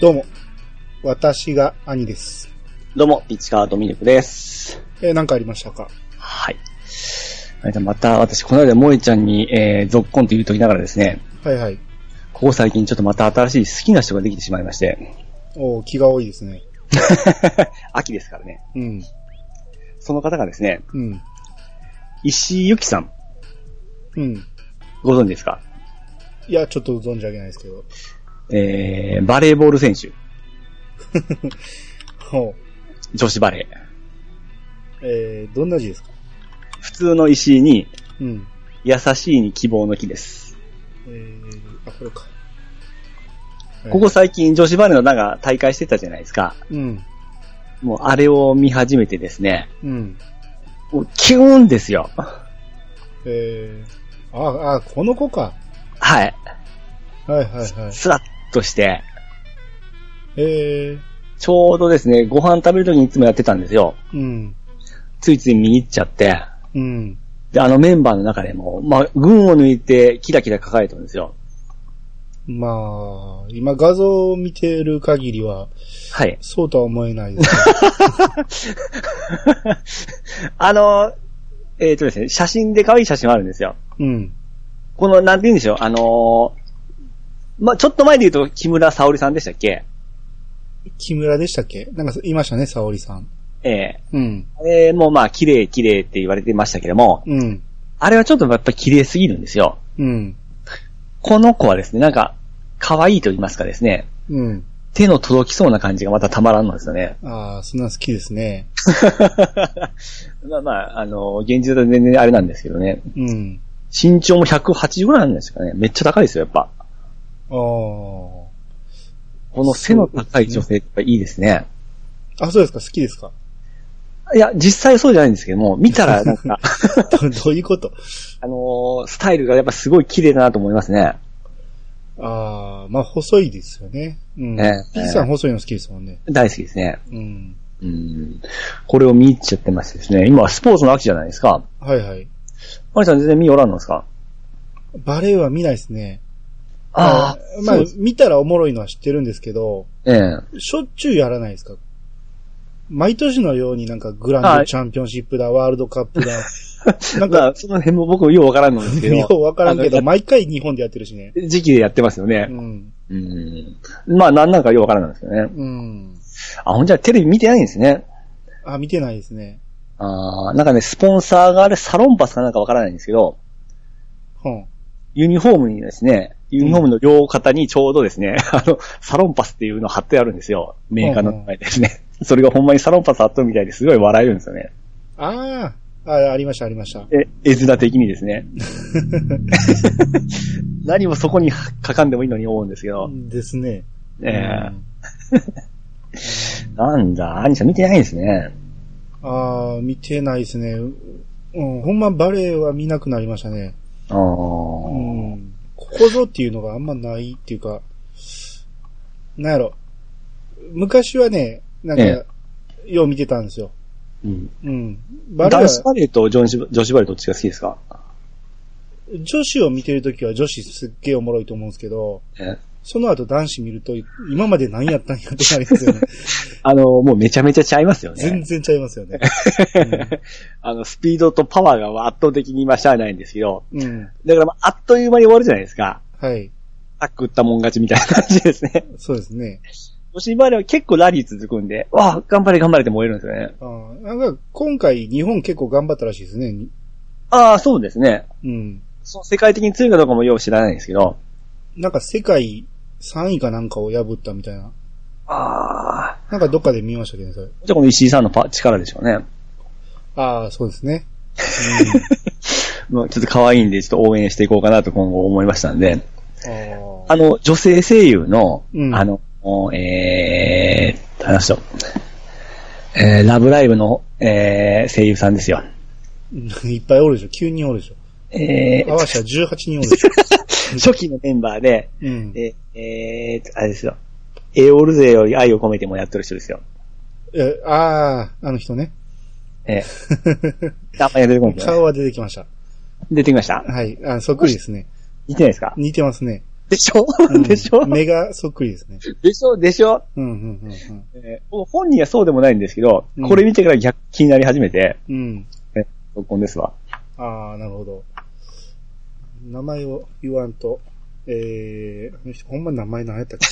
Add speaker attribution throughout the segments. Speaker 1: どうも、私が兄です。
Speaker 2: どうも、ピッチカードミルクです。
Speaker 1: えー、なんかありましたか
Speaker 2: はい。あれだまた、私、この間、萌えちゃんに、えー、ぞっこんと言うときながらですね、
Speaker 1: はいはい。
Speaker 2: ここ最近ちょっとまた新しい好きな人ができてしまいまして、
Speaker 1: おー気が多いですね。
Speaker 2: 秋ですからね。
Speaker 1: うん。
Speaker 2: その方がですね、
Speaker 1: うん。
Speaker 2: 石井ゆきさん、
Speaker 1: うん。
Speaker 2: ご存知ですか
Speaker 1: いや、ちょっと存じ上げないですけど。
Speaker 2: えー、バレーボール選手、
Speaker 1: ほ
Speaker 2: 女子バレー。
Speaker 1: う。えー、どんな字ですか
Speaker 2: 普通の石井に、
Speaker 1: うん。
Speaker 2: 優しいに希望の木です。
Speaker 1: えー、あ、これか。
Speaker 2: ここ最近女子バレーのなんか大会してたじゃないですか。
Speaker 1: うん。
Speaker 2: もうあれを見始めてですね、
Speaker 1: うん。
Speaker 2: もうキューンですよ。
Speaker 1: えー、あ、あ、この子か。
Speaker 2: はい。
Speaker 1: はいはいはい。
Speaker 2: スラッとして、
Speaker 1: えー、
Speaker 2: ちょうどですね、ご飯食べるときにいつもやってたんですよ。
Speaker 1: うん。
Speaker 2: ついつい見に行っちゃって、
Speaker 1: うん。
Speaker 2: で、あのメンバーの中でも、まあ、群を抜いてキラキラ書かれてるんですよ。
Speaker 1: まあ、今画像を見てる限りは、
Speaker 2: はい。
Speaker 1: そうとは思えないです ね。
Speaker 2: あの、えっ、とですね、写真で可愛い写真もあるんですよ。
Speaker 1: うん。
Speaker 2: この、なんて言うんでしょう、あのーまあ、ちょっと前で言うと、木村沙織さんでしたっけ
Speaker 1: 木村でしたっけなんかいましたね、沙織さん。
Speaker 2: ええ
Speaker 1: うん。
Speaker 2: えーもうまあ、綺麗綺麗って言われてましたけども、
Speaker 1: うん。
Speaker 2: あれはちょっとやっぱ綺麗すぎるんですよ。
Speaker 1: うん。
Speaker 2: この子はですね、なんか、可愛いと言いますかですね、
Speaker 1: うん。
Speaker 2: 手の届きそうな感じがまたたまらんのです よね。
Speaker 1: ああ、そんなん好きですね。
Speaker 2: まあまあ、あの、現実だと全然あれなんですけどね。
Speaker 1: うん。
Speaker 2: 身長も180ぐらいなんですかね。めっちゃ高いですよ、やっぱ。
Speaker 1: あー
Speaker 2: この背の高い女性ってやっぱいいですね。
Speaker 1: あ。そうですか、好きですか。
Speaker 2: いや、実際そうじゃないんですけども、見たらなんか、
Speaker 1: どどういうこと
Speaker 2: あのースタイルがやっぱすごい綺麗だなと思いますね。
Speaker 1: ああ、まあ、細いですよね。うん。
Speaker 2: ええ
Speaker 1: ピーさん細いの好きですもんね。
Speaker 2: 大好きですね。
Speaker 1: うん。
Speaker 2: うん。これを見入っちゃってましてですね。今、スポーツの秋じゃないですか。
Speaker 1: はいはい。
Speaker 2: マリさん全然見おらんのですか
Speaker 1: バレエは見ないですね。
Speaker 2: ああ、
Speaker 1: まあ
Speaker 2: そうです、
Speaker 1: 見たらおもろいのは知ってるんですけど、
Speaker 2: ええ
Speaker 1: しょっちゅうやらないですか毎年のようになんかグランドチャンピオンシップだ、ワールドカップだ。なん
Speaker 2: ま
Speaker 1: か
Speaker 2: あ、、その辺も僕もようわからんのです けど。
Speaker 1: ようわからんけ
Speaker 2: あ
Speaker 1: ど、
Speaker 2: の
Speaker 1: 毎回日本でやってるしね。
Speaker 2: 時期でやってますよね
Speaker 1: う。ん。
Speaker 2: うん。まあ、なんなんかよくわからないですけどね。
Speaker 1: うん。
Speaker 2: あ、ほんじゃテレビ見てないんですね。
Speaker 1: あ、見てないですね。
Speaker 2: あーなんかね、スポンサーがあれ、サロンパスかなんかわからないんですけど、
Speaker 1: ほん。
Speaker 2: ユニフォームにですね、ユニフォームの両肩にちょうどですね、 あの、サロンパスっていうのを貼ってあるんですよ。メーカーの名前ですね。 それがほんまにサロンパス貼っとるみたいですごい笑えるんですよね。
Speaker 1: ああ、あありました、ありました。
Speaker 2: え、絵面的にで すね。何もそこに書かんでもいいのに思うんですけど。
Speaker 1: ですね。
Speaker 2: ええ
Speaker 1: うん
Speaker 2: なんだ、兄さん見てないんですね。
Speaker 1: ああ、見てないですね。うん、ほんまバレエは見なくなりましたね。
Speaker 2: ああ。
Speaker 1: うん。ここぞっていうのがあんまないっていうか、なんやろ。昔はね、なんか、
Speaker 2: え
Speaker 1: よう見てたんですよ。
Speaker 2: うん
Speaker 1: うん。バレエ
Speaker 2: 男子
Speaker 1: は、
Speaker 2: バレーと女子女子バレーどっちが好きですか
Speaker 1: 女子を見てるときは女子すっげえおもろいと思うんですけど、
Speaker 2: え
Speaker 1: その後男子見ると、今まで何やったんやってなりますよ ね。
Speaker 2: あの、もうめちゃめちゃちゃいますよ
Speaker 1: 全
Speaker 2: ね。
Speaker 1: 然ちゃいますよね。
Speaker 2: あの、スピードとパワーが圧倒的に今しゃあないんですけど、
Speaker 1: うん。うん
Speaker 2: だから、まあ、あっという間に終わるじゃないですか。
Speaker 1: はい。
Speaker 2: あっくったもん勝ちみたいな感じです ね。
Speaker 1: そうですね。
Speaker 2: 女子バレーは結構ラリー続くんで、わあ、頑張れ頑張れって燃えるんですよね。
Speaker 1: あーなんか、今回日本結構頑張ったらしいですね。
Speaker 2: ああ、そうですね。
Speaker 1: うん。
Speaker 2: そう世界的に強いかどうかもよう知らないんですけど、
Speaker 1: なんか世界3位かなんかを破ったみたいな。
Speaker 2: ああ、
Speaker 1: なんかどっかで見ましたけどね、それ。
Speaker 2: じゃあこの石井さんのパ力でしょうね。
Speaker 1: ああ、そうですね。
Speaker 2: もうちょっと可愛いんで、ちょっと応援していこうかなと今後思いましたんで。
Speaker 1: うん。ああ。
Speaker 2: あの、女性声優の、
Speaker 1: うん
Speaker 2: あの、えー、話と、えー、ラブライブの、えー、声優さんですよ。
Speaker 1: いっぱいおるでしょ。9人おるでしょ。
Speaker 2: え
Speaker 1: 合わせたら18人おるでしょ。
Speaker 2: ー、初期のメンバーで、
Speaker 1: うん。
Speaker 2: えー、えーあれですよ。エオルゼより愛を込めてもやってる人ですよ。
Speaker 1: え、ああ、あの人 ね。
Speaker 2: えー、名前が出てこないですよね。
Speaker 1: 顔は出てきました。
Speaker 2: 出てきました
Speaker 1: はい。あそっくりですね。
Speaker 2: 似てないですか
Speaker 1: 似てますね。
Speaker 2: でしょ、
Speaker 1: うん
Speaker 2: でしょ
Speaker 1: 目がそっくりですね。
Speaker 2: でしょでしょ、
Speaker 1: うん、うん、うん
Speaker 2: えーもう本人はそうでもないんですけど
Speaker 1: うん、
Speaker 2: これ見てから逆気になり始めて、
Speaker 1: うん。うん。
Speaker 2: 録音ですわ。
Speaker 1: ああ、なるほど。名前を言わんと。えー、あの人、ほんま名前何やったっけ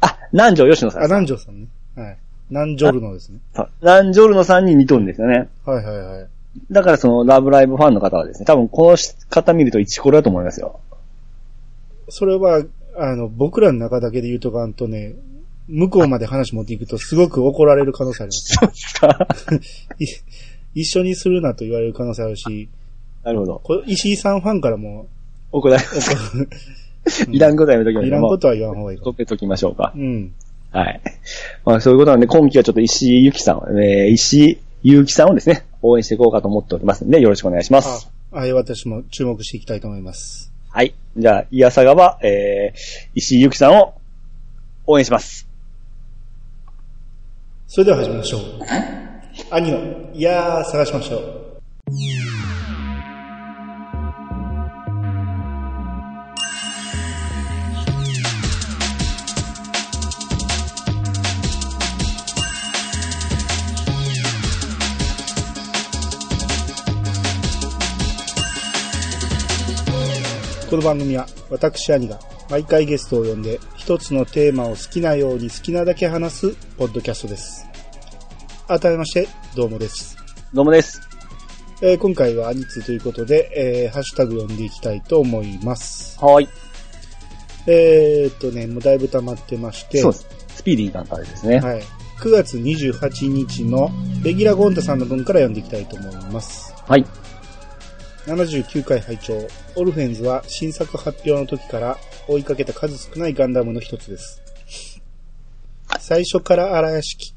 Speaker 2: あ、南條吉野さん
Speaker 1: あ、。南條さんね。はい。南條ルノですね。
Speaker 2: そう南條のさんに似とるんですよね。
Speaker 1: はいはいはい。
Speaker 2: だからその、ラブライブファンの方はですね、多分この方見ると一コロだと思いますよ。
Speaker 1: それは、あの、僕らの中だけで言うとかんとね、向こうまで話持っていくとすごく怒られる可能性あります。
Speaker 2: そうです か
Speaker 1: い一緒にするなと言われる可能性あるし、
Speaker 2: なるほど。
Speaker 1: こ石井さんファンからも、
Speaker 2: お答え、いらんことはやめときましょう。
Speaker 1: いらんことは言わん方がいいか
Speaker 2: とけときましょうか
Speaker 1: う。ん。
Speaker 2: はい。まあそういうことなんで、今期はちょっと石井ゆきさん、えー、石井ゆきさんをですね、応援していこうかと思っておりますんで、よろしくお願いしま
Speaker 1: あ
Speaker 2: す。、
Speaker 1: はい、私も注目していきたいと思います。
Speaker 2: はい。じゃあ、いやさがは、えー、石井ゆきさんを応援します。
Speaker 1: それでは始めましょう。兄の、いやー、探しましょう。この番組は私兄が毎回ゲストを呼んで一つのテーマを好きなように好きなだけ話すポッドキャストです。改めまして、どうもです。
Speaker 2: どうもです。
Speaker 1: えー今回は兄通ということで、えーハッシュタグ読んでいきたいと思います。
Speaker 2: はーい。
Speaker 1: えー、っとね、もうだいぶ溜まってまして、
Speaker 2: そうです。スピーディーな感じですね。
Speaker 1: はい。9月28日のレギュラーゴンタさんの分から読んでいきたいと思います。
Speaker 2: はい。
Speaker 1: 79回拝聴オルフェンズは新作発表の時から追いかけた数少ないガンダムの一つです。最初から荒屋敷、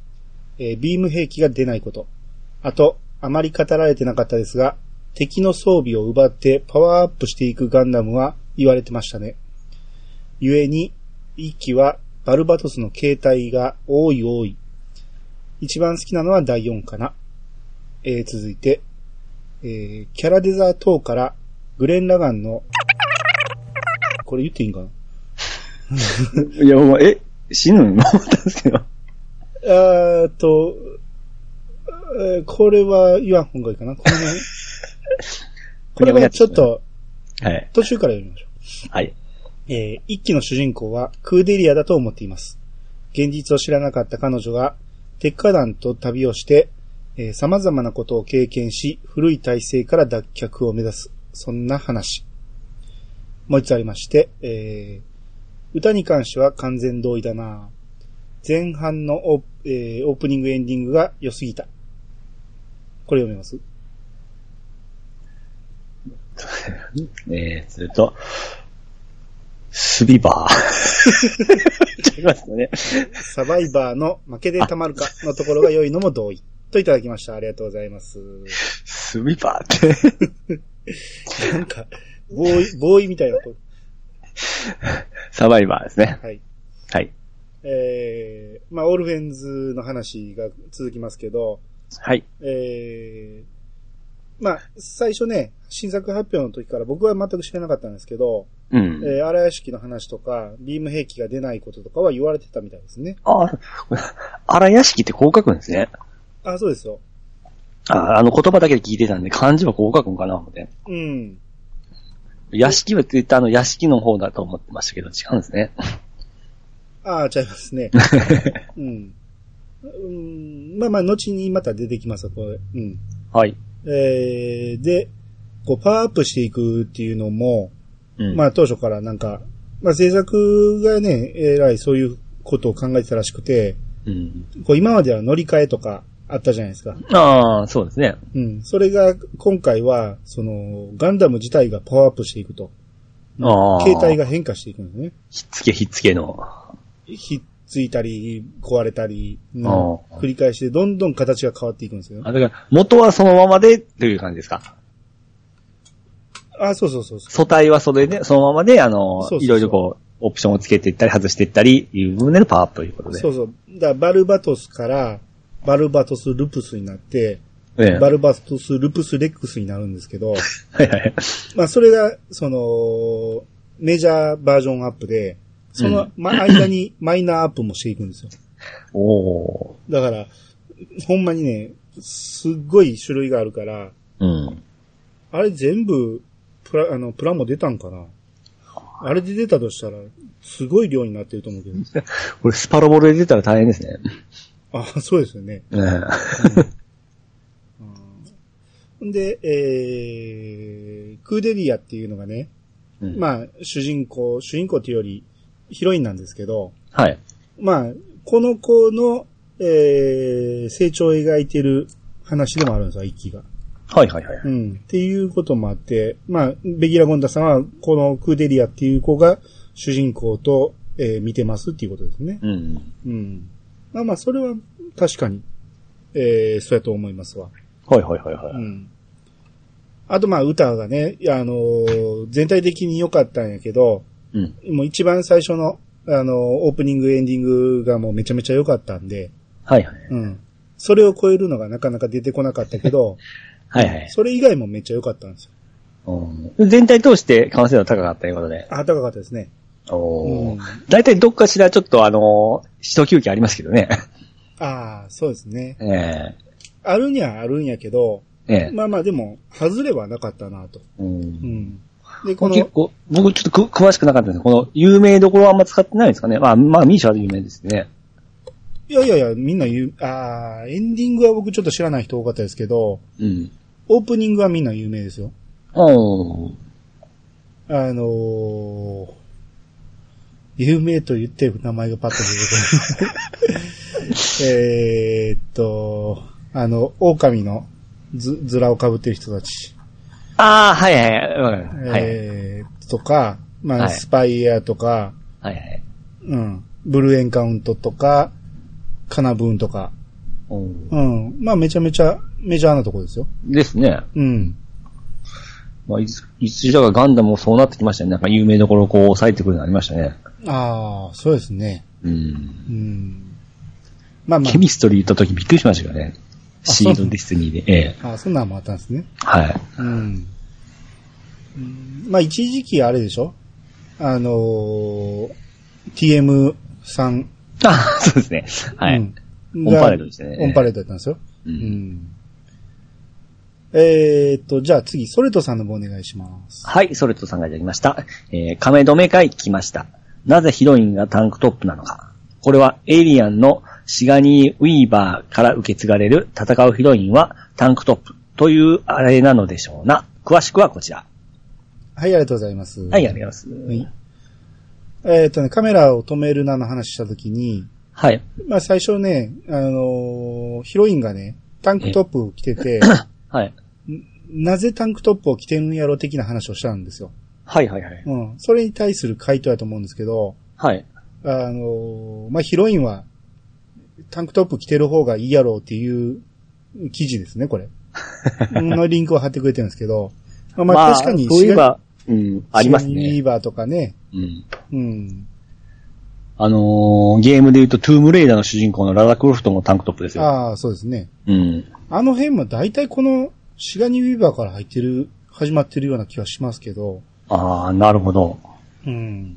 Speaker 1: えービーム兵器が出ないこと。あと、あまり語られてなかったですが、敵の装備を奪ってパワーアップしていくガンダムは言われてましたね。故に、一機はバルバトスの形態が多い多い。一番好きなのは第4かな。えー続いて、えーキャラデザー等から、グレン・ラガンの、これ言っていいんかない
Speaker 2: や、もう、え、死ぬの 思ったんですけど。
Speaker 1: あーっと、えーこれは言わん方がいいかなこの 辺。これはちょっと、
Speaker 2: はい。
Speaker 1: 途中から読みましょう。
Speaker 2: はい。
Speaker 1: えー一期の主人公はクーデリアだと思っています。現実を知らなかった彼女が、鉄火団と旅をして、えー様々なことを経験し、古い体制から脱却を目指す。そんな話。もう一つありまして、えー歌に関しては完全同意だな前半のオ,、えーオープニングエンディングが良すぎた。これ読めます
Speaker 2: えー、すると、スビバ ー。違いますよね。
Speaker 1: サバイバーの負けでたまるかのところが良いのも同意。といただきました。ありがとうございます。
Speaker 2: スビバーって。
Speaker 1: なんか、ボーイ、ボーイみたいな声。
Speaker 2: サバイバーですね。
Speaker 1: はい。
Speaker 2: はい。
Speaker 1: えー、まあ、オルフェンズの話が続きますけど、
Speaker 2: はい。
Speaker 1: えー、まあ、最初ね、新作発表の時から僕は全く知らなかったんですけど、
Speaker 2: うん。
Speaker 1: えー、荒屋敷の話とか、ビーム兵器が出ないこととかは言われてたみたいですね。
Speaker 2: あ、荒屋敷ってこう書くんですね。
Speaker 1: あ、そうですよ。
Speaker 2: あ、あの言葉だけで聞いてたんで、漢字はこう書くんかな思って。
Speaker 1: うん。
Speaker 2: 屋敷はツイッターの屋敷の方だと思ってましたけど、違うんですね。
Speaker 1: ああ、ちゃいますね。うん。うん、まあまあ、後にまた出てきますわこれ。うん。
Speaker 2: はい。
Speaker 1: えー、で、こう、パワーアップしていくっていうのも、
Speaker 2: うん。
Speaker 1: まあ当初からなんか、まあ制作がね、えらいそういうことを考えてたらしくて、
Speaker 2: うん。
Speaker 1: こう今までは乗り換えとかあったじゃないですか。
Speaker 2: ああ、そうですね。
Speaker 1: うん。それが今回は、その、ガンダム自体がパワーアップしていくと。
Speaker 2: ああ。
Speaker 1: 携帯。が変化していくんですね。
Speaker 2: ひっつけひっつけの。
Speaker 1: ひっついたり、壊れたり、うん
Speaker 2: あー
Speaker 1: 繰り返してどんどん形が変わっていくんですよ。
Speaker 2: あ、だから、元はそのままで、という感じですか。
Speaker 1: あ、そうそうそうそう。
Speaker 2: 素体はそれで、そのままで、あの、
Speaker 1: そうそうそう
Speaker 2: いろいろこう、オプションをつけていったり、外していったり、いう部分でのパワーアップということで。。
Speaker 1: そううそう。だからバルバトスから、バルバトスルプスになって、
Speaker 2: え え。
Speaker 1: バルバトスルプスレックスになるんですけど、
Speaker 2: はいはい。
Speaker 1: まあ、それが、その、メジャーバージョンアップで、その、ま、間にマイナーアップもしていくんですよ。
Speaker 2: おー。
Speaker 1: だから、ほんまにね、すっごい種類があるから、
Speaker 2: うん。
Speaker 1: あれ全部、プラ、あの、プラも出たんかなあれで出たとしたら、すごい量になってると思うけど。
Speaker 2: これスパロボで出たら大変ですね。
Speaker 1: あ、そうですよね。
Speaker 2: うん。
Speaker 1: うんで、えー、クーデリアっていうのがね、
Speaker 2: うん
Speaker 1: まあ、主人公、主人公っていうより、ヒロインなんですけど、
Speaker 2: はい。
Speaker 1: まあ、この子の、えー、成長を描いてる話でもあるんですよ、一期が。
Speaker 2: はいはいはい。
Speaker 1: うん。っていうこともあって、まあ、ベギラ・ゴンダさんは、このクーデリアっていう子が主人公と、えー見てますっていうことですね。
Speaker 2: うん。
Speaker 1: うん。まあまあ、それは確かに、えー、そうやと思いますわ。
Speaker 2: はいはいはいは
Speaker 1: う
Speaker 2: い。
Speaker 1: ん。あとまあ、歌がね、いやあのー全体的に良かったんやけど、
Speaker 2: うん。
Speaker 1: もう一番最初の、あのーオープニング、エンディングがもうめちゃめちゃ良かったんで、
Speaker 2: はいはい。
Speaker 1: うん。それを超えるのがなかなか出てこなかったけど、
Speaker 2: はいはい。
Speaker 1: それ以外もめっちゃ良かったんですよ。
Speaker 2: うん全体通して完成度高かったということで。
Speaker 1: あ、高かったですね。
Speaker 2: お
Speaker 1: うん
Speaker 2: ー。大体どっかしらちょっとあの、一休憩ありますけどね。
Speaker 1: ああ、そうですね。
Speaker 2: ええ。
Speaker 1: あるにはあるんやけど、
Speaker 2: ええ。
Speaker 1: まあまあでも、外れはなかったなと。
Speaker 2: う
Speaker 1: うんん。で、こ
Speaker 2: この
Speaker 1: の
Speaker 2: 結、構、僕ちょっとく詳しくなかったんですけど、この有名どころはあんま使ってないんですかね。まあ、まあ、ミーシャは有名ですね。
Speaker 1: いやいやいや、みんな言う、ああ、エンディングは僕ちょっと知らない人多かったですけど、
Speaker 2: うん。
Speaker 1: オープニングはみんな有名ですよ。
Speaker 2: おー。
Speaker 1: あのー、有名と言って名前がパッと出てこない。 えーっと、あの、狼のず、ずらを被ってる人たち。
Speaker 2: ああ、はいはいはいわかりました。はい。
Speaker 1: えー、とか、まあ、
Speaker 2: はい
Speaker 1: スパイエアとか、
Speaker 2: はいはい。
Speaker 1: うん。ブルーエンカウントとか、カナブーンとか。
Speaker 2: おー
Speaker 1: うん。まあ、めちゃめちゃメジャーなとこですよ。
Speaker 2: ですね。
Speaker 1: うん。
Speaker 2: まあ、いつ、いつだかガンダムもそうなってきましたね。なんか有名どころをこう抑えてくるようになりましたね。
Speaker 1: ああ、そうですね。
Speaker 2: うん。
Speaker 1: うん。まあまあ
Speaker 2: ケ。ミストリー言った時びっくりしましたよね。
Speaker 1: あ
Speaker 2: シー
Speaker 1: そ
Speaker 2: ド
Speaker 1: う
Speaker 2: ディスティニーで。ええ。
Speaker 1: あそんなんもあったんですね。
Speaker 2: はい。
Speaker 1: うん。うんまあ、一時期あれでしょあのー、TM さん。
Speaker 2: あそうですね。はい。
Speaker 1: うん
Speaker 2: オンパレードでしたね
Speaker 1: オンパレードだったんですよ。
Speaker 2: う
Speaker 1: うんん。えーっと、じゃあ次、ソレトさんの方お願いします。
Speaker 2: はい、ソレットさんがいただきました。えー、亀止め会来ました。なぜヒロインがタンクトップなのか。これはエイリアンのシガニー・ウィーバーから受け継がれる戦うヒロインはタンクトップというあれなのでしょうな。詳しくはこちら。
Speaker 1: はい、ありがとうございます。
Speaker 2: はい、ありがとうござ
Speaker 1: はいい
Speaker 2: ます。
Speaker 1: えーっとね、カメラを止めるなの話したときに、
Speaker 2: はい。
Speaker 1: まあ最初ね、あのーヒロインがね、タンクトップを着てて、
Speaker 2: はい。
Speaker 1: なぜタンクトップを着てるんやろ的な話をしたんですよ。
Speaker 2: はい、はい、はい。
Speaker 1: うん。それに対する回答だと思うんですけど、
Speaker 2: はい。
Speaker 1: あのーまあヒロインは、タンクトップ着てる方がいいやろうっていう記事ですね、これ。 のリンクを貼ってくれてるんですけど、まあ、まあ確かに、
Speaker 2: そういえば、うん、あります
Speaker 1: シガニーウィ
Speaker 2: ね
Speaker 1: ー。バーとかね、
Speaker 2: うん。
Speaker 1: うん。
Speaker 2: あのー、ゲームで言うとトゥームレイダーの主人公のララクロフトもタンクトップですよ。
Speaker 1: ああ、そうですね。
Speaker 2: うん。
Speaker 1: あの辺も大体このシガニーウィーバーから入ってる、始まってるような気はしますけど、
Speaker 2: ああ、なるほど。
Speaker 1: うん。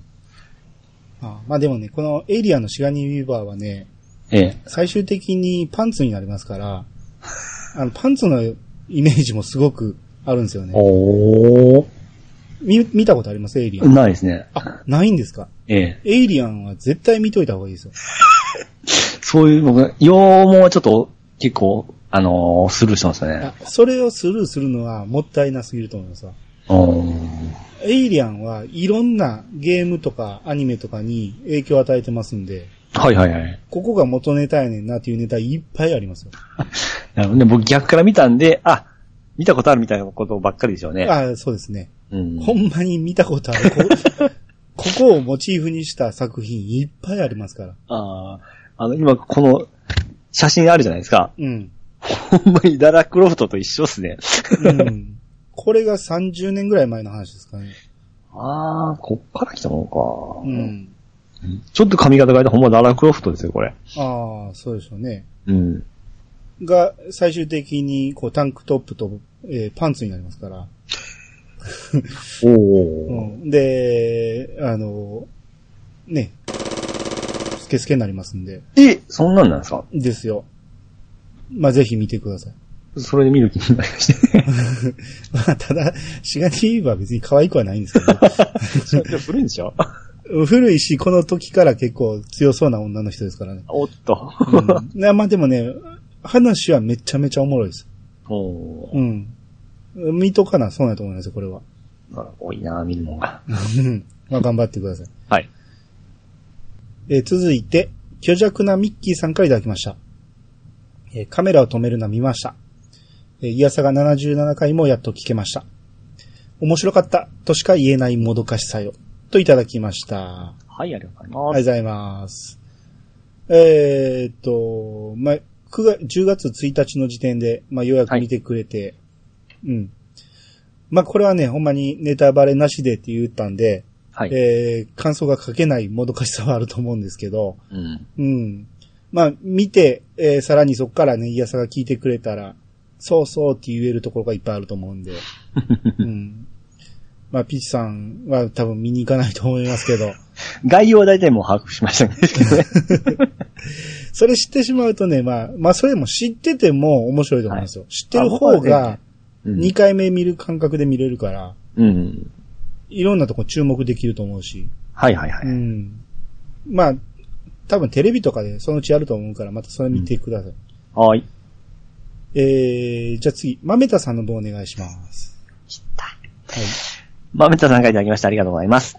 Speaker 1: あまあでもね、このエイリアンのシガニーウィーバーはね、
Speaker 2: ええ。
Speaker 1: 最終的にパンツになりますから、あの、パンツのイメージもすごくあるんですよね。
Speaker 2: おー。
Speaker 1: 見、見たことありますエイリアン。
Speaker 2: ないですね。
Speaker 1: あ、ないんですか
Speaker 2: ええ。
Speaker 1: エイリアンは絶対見といた方がいいですよ。
Speaker 2: そういう、僕、羊毛はちょっと、結構、あのースルーしてますね
Speaker 1: あ。それをスルーするのはもったいなすぎると思いますわ。
Speaker 2: おー
Speaker 1: エイリアンはいろんなゲームとかアニメとかに影響を与えてますんで、
Speaker 2: はいはいはい。
Speaker 1: ここが元ネタやねんなっていうネタいっぱいありますよ。
Speaker 2: なるほどね。僕逆から見たんで、あ、見たことあるみたいなことばっかりでしょうね。
Speaker 1: あそうですね。
Speaker 2: うん。
Speaker 1: ほんまに見たことある。こ ここをモチーフにした作品いっぱいありますから。
Speaker 2: あーあの、今、この、写真あるじゃないですか。
Speaker 1: うん。
Speaker 2: ほんまにダラクロフトと一緒っすね。
Speaker 1: うん。 これが30年ぐらい前の話ですかね。
Speaker 2: あー、こっから来たも
Speaker 1: う
Speaker 2: のか。
Speaker 1: ん。
Speaker 2: ちょっと髪型変えたほんまダラクロフトですよ、これ。
Speaker 1: ああ、そうでしょうね。
Speaker 2: うん。
Speaker 1: が、最終的に、こう、タンクトップと、えーパンツになりますから。
Speaker 2: おお、
Speaker 1: うん、で、あの、ね、スケスケになりますんで。
Speaker 2: え、そんなんなんですか
Speaker 1: ですよ。まあ、ぜひ見てください。
Speaker 2: それで見る気になりま して。
Speaker 1: まあ、ただ、シガニーは別に可愛くはないんですけ ど。
Speaker 2: 古いんでしょ
Speaker 1: 古いし、この時から結構強そうな女の人ですからね。
Speaker 2: おっと。
Speaker 1: うん、なまあでもね、話はめちゃめちゃおもろいです。
Speaker 2: おー
Speaker 1: うん。見とかな、そうやと思いますよ、これは。
Speaker 2: な多いな、見るもんが。
Speaker 1: うんまあ頑張ってください。
Speaker 2: はい。
Speaker 1: えー続いて、巨弱なミッキーさんからいただきました。えーカメラを止めるな見ました。えー、イヤサが77回もやっと聞けました。面白かったとしか言えないもどかしさよ。といただきました。
Speaker 2: はい、ありがとう
Speaker 1: あ
Speaker 2: ござ
Speaker 1: り
Speaker 2: います。
Speaker 1: がとうございます。えーっと、まあ、9月、10月1日の時点で、まあ、ようやく見てくれて、うん。まあ、これはね、ほんまにネタバレなしでって言ったんで、
Speaker 2: はい。
Speaker 1: えー感想が書けないもどかしさはあると思うんですけど、
Speaker 2: うん。
Speaker 1: うん。まあ、見て、えーさらにそっからね、イヤサが聞いてくれたら、そうそうって言えるところがいっぱいあると思 うんで、うん。まあ、ピッチさんは多分見に行かないと思いますけど、
Speaker 2: 概要は大体もう把握しましたね。
Speaker 1: それ知ってしまうとね、まあ、まあそれも知ってても面白いと思うんですよ。知ってる
Speaker 2: あ
Speaker 1: 方
Speaker 2: 僕は
Speaker 1: が
Speaker 2: ね うん
Speaker 1: 2回目見る感覚で見れるから、
Speaker 2: うん。
Speaker 1: いろんなとこ注目できると思うし。
Speaker 2: はいはいは
Speaker 1: う
Speaker 2: い。
Speaker 1: ん。まあ、多分テレビとかでそのうちやると思うから、またそれ見てください。
Speaker 2: はい。
Speaker 1: えー、じゃあ次、豆田さんの方お願いします。はい。
Speaker 2: まめたさんからいただきましてありがとうございます。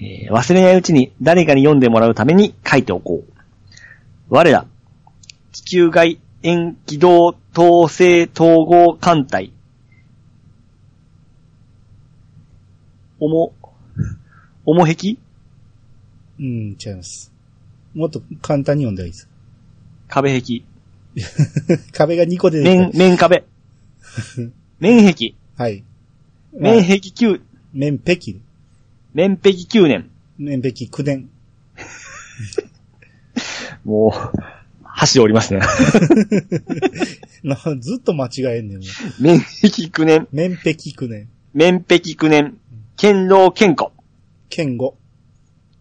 Speaker 2: えー忘れないうちに誰かに読んでもらうために書いておこう。我ら、地球外遠軌道統制統合艦隊。おも、おもへき
Speaker 1: うん、違います。もっと簡単に読んだらいいです。
Speaker 2: 壁へき。
Speaker 1: 壁が2個出てき
Speaker 2: 面、面 壁。面壁。
Speaker 1: た。はい。
Speaker 2: 面
Speaker 1: まあ、
Speaker 2: 壁九、
Speaker 1: 面壁。
Speaker 2: 面壁九年。
Speaker 1: 面壁9年。
Speaker 2: もう、箸折りますね。
Speaker 1: な ずっと間違えんねん。もう
Speaker 2: 面壁九 年。
Speaker 1: 面壁9年。
Speaker 2: 面壁九年、剣道剣子、
Speaker 1: 剣語。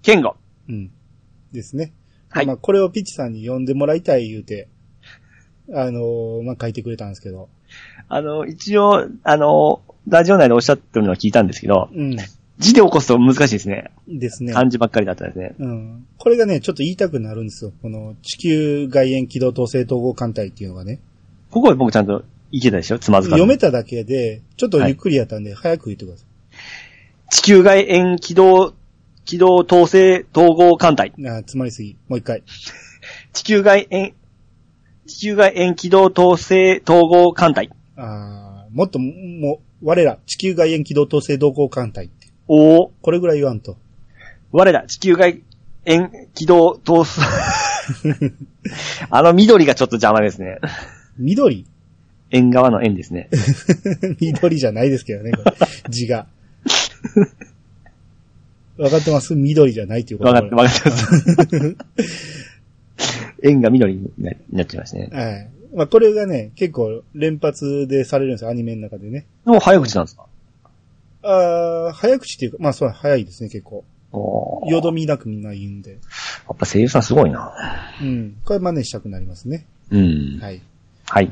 Speaker 2: 剣語。
Speaker 1: うん。ですね。
Speaker 2: はい
Speaker 1: まあ、これをピッチさんに呼んでもらいたい言うて、あのーまあ、書いてくれたんですけど。
Speaker 2: あの、一応、あの、ラジオ内でおっしゃってるのは聞いたんですけど、
Speaker 1: うん。
Speaker 2: 字で起こすと難しいですね。
Speaker 1: ですね。
Speaker 2: 漢字ばっかりだったですね。
Speaker 1: うん。これがね、ちょっと言いたくなるんですよ。この、地球外縁軌道統制統合艦隊っていうのがね。
Speaker 2: ここは僕ちゃんといけたでしょつまずかず
Speaker 1: 読めただけで、ちょっとゆっくりやったんで、早く言ってくださ
Speaker 2: 地球外円軌道、軌道統制統合艦隊。
Speaker 1: い。あー、詰まりすぎ。もう一回。
Speaker 2: 地球外円、地球外円軌道統制統合艦隊。
Speaker 1: あーもっと、もう、我ら、地球外縁軌道統制統合艦隊って。
Speaker 2: おー、
Speaker 1: これぐらい言わんと。
Speaker 2: 我ら地球外円軌道統 制、あの緑がちょっと邪魔ですね。
Speaker 1: 緑
Speaker 2: 縁側の縁ですね。
Speaker 1: 緑じゃないですけどね、これ字が。わかってます緑じゃないっていうこと。
Speaker 2: わかって、わかってます。 円が緑にななっちゃいましたね。
Speaker 1: これはい。まあ、これがね、結構連発でされるんですよ、アニメの中でね。
Speaker 2: もう早口なんですか
Speaker 1: あー早口っていうか、まあ、それは早いですね、結構。
Speaker 2: おー
Speaker 1: よどみなくみんな言うんで。
Speaker 2: やっぱ声優さんすごいな。
Speaker 1: うん。これ真似したくなりますね。
Speaker 2: うん。
Speaker 1: はい。
Speaker 2: はい。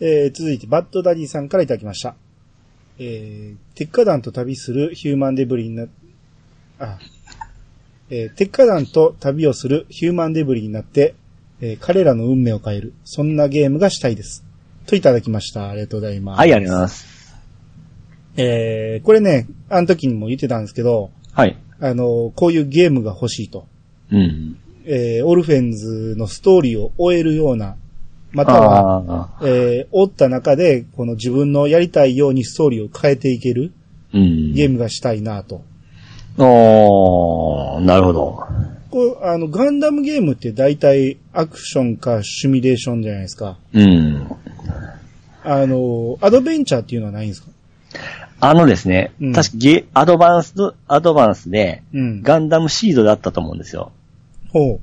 Speaker 1: えー続いて、バッドダディさんからいただきました。えー、鉄火団と旅するヒューマンデブリにな、あ、えー鉄火団と旅をするヒューマンデブリになって、えー彼らの運命を変える、そんなゲームがしたいです。といただきました。ありがとうございます。
Speaker 2: はい、ありがとうございます。
Speaker 1: えーこれね、あの時にも言ってたんですけど、
Speaker 2: はい。
Speaker 1: あの、こういうゲームが欲しいと。
Speaker 2: うん。
Speaker 1: えーオルフェンズのストーリーを終えるような、または、
Speaker 2: ああ
Speaker 1: えー、追った中で、この自分のやりたいようにストーリーを変えていける
Speaker 2: ー。うん。
Speaker 1: ゲームがしたいなと。
Speaker 2: おー、なるほど。
Speaker 1: こう、あの、ガンダムゲームって大体アクションかシミュレーションじゃないですか。
Speaker 2: うん。
Speaker 1: あの、アドベンチャーっていうのはないんですか
Speaker 2: あのですね、
Speaker 1: うん
Speaker 2: 確かゲ、アドバンスド、アドバンスで、
Speaker 1: うん。
Speaker 2: ガンダムシードだったと思うんですよ。
Speaker 1: ほ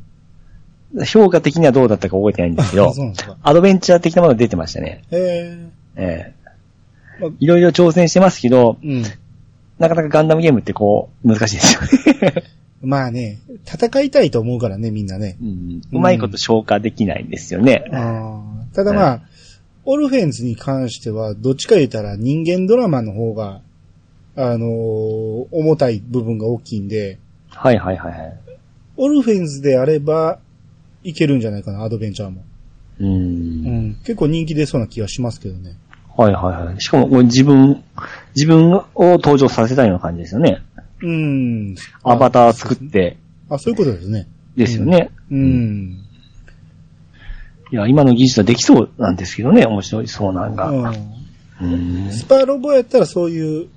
Speaker 1: う。
Speaker 2: 評価的にはどうだ ったか覚えてないんですけど
Speaker 1: そう、なんですか。
Speaker 2: アドベンチャー的なものが出てましたね。
Speaker 1: え
Speaker 2: ええ
Speaker 1: まあ
Speaker 2: いろいろ挑戦してますけど、
Speaker 1: うん。
Speaker 2: なかなかガンダムゲームってこう、難しいですよね。
Speaker 1: まあね、戦いたいと思うからね、みんなね。
Speaker 2: うんうまいこと消化できないんですよね。
Speaker 1: あーただまあ、オルフェンズに関しては、どっちか言ったら人間ドラマの方が、あのー重たい部分が大きいんで、
Speaker 2: はいはいはいはい。
Speaker 1: オルフェンズであれば、いけるんじゃないかな、アドベンチャーも。
Speaker 2: う。
Speaker 1: うんん。結構人気出そうな気がしますけどね。
Speaker 2: はいはいはい。しかも、こう自分、自分を登場させたような感じですよね。
Speaker 1: うん。
Speaker 2: アバター作っ
Speaker 1: あ
Speaker 2: て、
Speaker 1: あ、そういうことですね。
Speaker 2: ですよね。
Speaker 1: うん。
Speaker 2: いや、今の技術はできそうなんですけどね、面白いそうなんが。
Speaker 1: う
Speaker 2: うんん。
Speaker 1: スパロボやったらそういう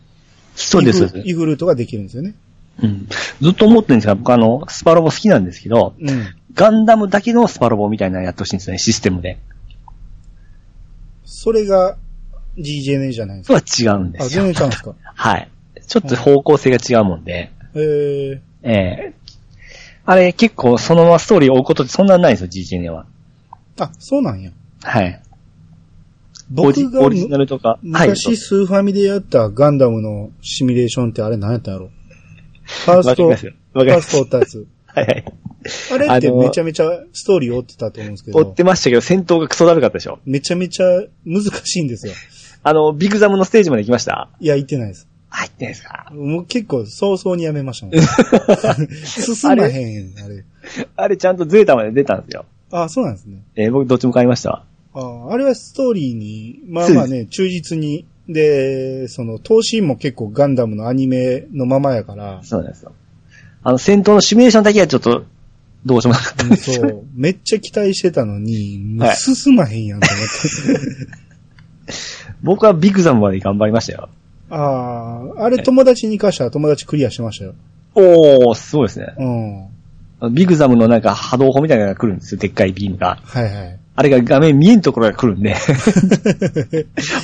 Speaker 2: そうです、そうで
Speaker 1: イフルートができるんですよね。
Speaker 2: す。うん。ずっと思ってるんですが、僕あの、スパロボ好きなんですけど、
Speaker 1: うん。
Speaker 2: ガンダムだけのスパロボみたいなのやってほしいんですよね、システムで。
Speaker 1: それが GJN じゃないです
Speaker 2: と
Speaker 1: か。
Speaker 2: は違うんで
Speaker 1: あ、
Speaker 2: すよ。
Speaker 1: 全然違うんですか。
Speaker 2: はい。ちょっと方向性が違うもんで、
Speaker 1: ええ
Speaker 2: ええあれ、結構そのままストーリーを追うことってそんなないんですよ、GGN は。
Speaker 1: あ、そうなんや。
Speaker 2: はい。オリ
Speaker 1: 僕が
Speaker 2: オリジナルとか。はい。
Speaker 1: 昔スーファミでやったガンダムのシミュレーションってあれ何やったんやろファー
Speaker 2: わか
Speaker 1: ス
Speaker 2: り
Speaker 1: ト、
Speaker 2: ま
Speaker 1: フ
Speaker 2: すよ
Speaker 1: ァ。
Speaker 2: わかり
Speaker 1: ー
Speaker 2: ま
Speaker 1: スト
Speaker 2: す
Speaker 1: 追。ったやつ。
Speaker 2: はいはい。
Speaker 1: あれって
Speaker 2: あのー
Speaker 1: めちゃめちゃストーリー追ってたと思うんですけ
Speaker 2: 追っ
Speaker 1: ど、
Speaker 2: てましたけど、戦闘がクソだるかったでしょ。
Speaker 1: めちゃめちゃ難しいんですよ。
Speaker 2: あの、ビッグザムのステージまで行きました
Speaker 1: いや、言ってないです。
Speaker 2: 入ってないですか
Speaker 1: もう結構早々にやめましたもん。 進まへん、あれ。
Speaker 2: あれちゃんとゼータまで出たんですよ。
Speaker 1: あ、そうなんですね。
Speaker 2: えー僕どっちも買いましたわ。
Speaker 1: ああれはストーリーに、まあまあね、忠実に。で、その、投資も結構ガンダムのアニメのままやから、
Speaker 2: そうなんですよ。あの、戦闘のシミュレーションだけはちょっと、どうしようもなかったん です
Speaker 1: そ
Speaker 2: よ。
Speaker 1: う、めっちゃ期待してたのに、もう
Speaker 2: はい
Speaker 1: 進まへんやんと思って。
Speaker 2: 僕はビッグザムまで頑張りましたよ。
Speaker 1: ああ、あれ友達に関しては友達クリアしましたよ。
Speaker 2: おー、すごいですね。
Speaker 1: うん。
Speaker 2: ビッグザムのなんか波動砲みたいなのが来るんですよ、でっかいビームが。
Speaker 1: はいはい。
Speaker 2: あれが画面見えんところが来るん で。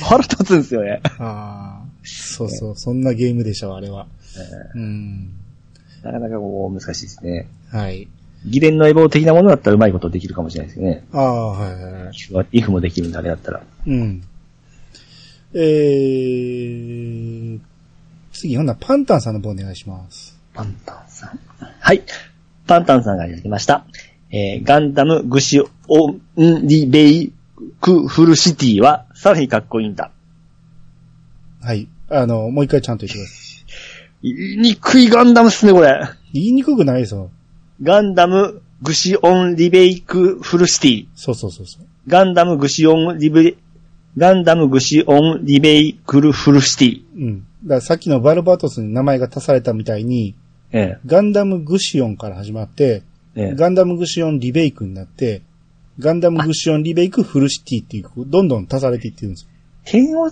Speaker 2: 腹立つんですよね。
Speaker 1: ああ、そうそう、そんなゲームでしたわ、あれは。うん。
Speaker 2: なかなかこう、難しいですね。
Speaker 1: はい。
Speaker 2: ギレンのエボー的なものだったらうまいことできるかもしれないですよね。
Speaker 1: ああ、はいはいはい。
Speaker 2: イフもできるんだ、あれだったら。
Speaker 1: うん。えー、次、ほんならパンタンさんの方お願いします。
Speaker 2: パンタンさん。はい。パンタンさんがいただきました。えーガンダムグシオンリベイクフルシティはさらにかっこいいんだ。
Speaker 1: はい。あの、もう一回ちゃんと言ってください。
Speaker 2: 言いにくいガンダムっすね、これ。
Speaker 1: 言いにくくないですよ。
Speaker 2: ガンダムグシオンリベイクフルシティ。
Speaker 1: そうそうそうそう。
Speaker 2: ガンダムグシオンリベ、ガンダムグシオンリベイクルフルシティ。
Speaker 1: うん。だからさっきのバルバトスに名前が足されたみたいに、
Speaker 2: ええ。
Speaker 1: ガンダムグシオンから始まって、
Speaker 2: ええ。
Speaker 1: ガンダムグシオンリベイクになって、ガンダムグシオンリベイクフルシティっていう、どんどん足されていってるんです
Speaker 2: 点を打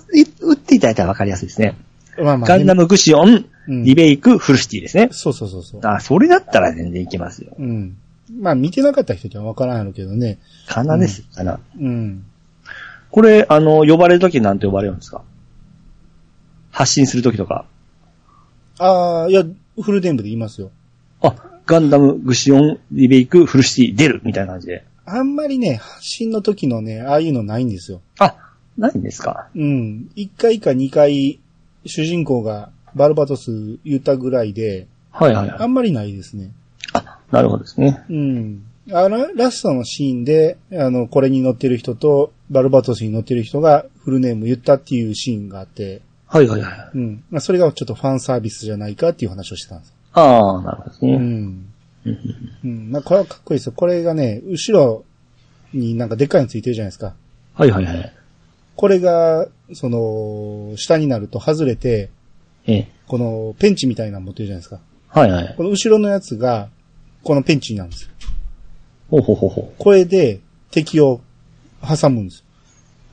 Speaker 2: っていただいたらわかりやすいですね。
Speaker 1: よ。まあまあ、
Speaker 2: ガンダ
Speaker 1: ム、
Speaker 2: ムグシオン
Speaker 1: うん
Speaker 2: リベイクフルシティですね。
Speaker 1: そうそうそうそう。
Speaker 2: あ、それだったら全然いけますよ。
Speaker 1: うん。まあ見てなかった人にはわからんやろうけどね。
Speaker 2: かなです、かな。
Speaker 1: うん。
Speaker 2: これ、あの、呼ばれるときなんて呼ばれるんですか発信するときとか。
Speaker 1: ああ、いや、フル電部で言いますよ。
Speaker 2: あ、ガンダムグシオンリベイクフルシティ出るみたいな感じで。
Speaker 1: あんまりね、発信の時のね、ああいうのないんですよ。
Speaker 2: あ、ないんですか
Speaker 1: うん。1回か2回、主人公がバルバトス言ったぐらいで、
Speaker 2: はいはいは
Speaker 1: あ
Speaker 2: い。
Speaker 1: んまりないですね。
Speaker 2: あ、なるほどですね。
Speaker 1: うん。あら、ラストのシーンで、あの、これに乗ってる人と、バルバトスに乗ってる人がフルネーム言ったっていうシーンがあって、
Speaker 2: はいはいはい。
Speaker 1: うん。まあ、それがちょっとファンサービスじゃないかっていう話をしてたんです。
Speaker 2: ああ、なるほどですね。
Speaker 1: うん。うん。まあ、これはかっこいいですよ。これがね、後ろになんかでっかいのついてるじゃないですか。
Speaker 2: はいはいはい。
Speaker 1: これが、その、下になると外れて、
Speaker 2: ええ。
Speaker 1: このペンチみたいなの持ってるじゃないですか。
Speaker 2: はいはい。
Speaker 1: この後ろのやつが、このペンチになるんですよ。
Speaker 2: ほうほうほうほ
Speaker 1: これで敵を挟むんです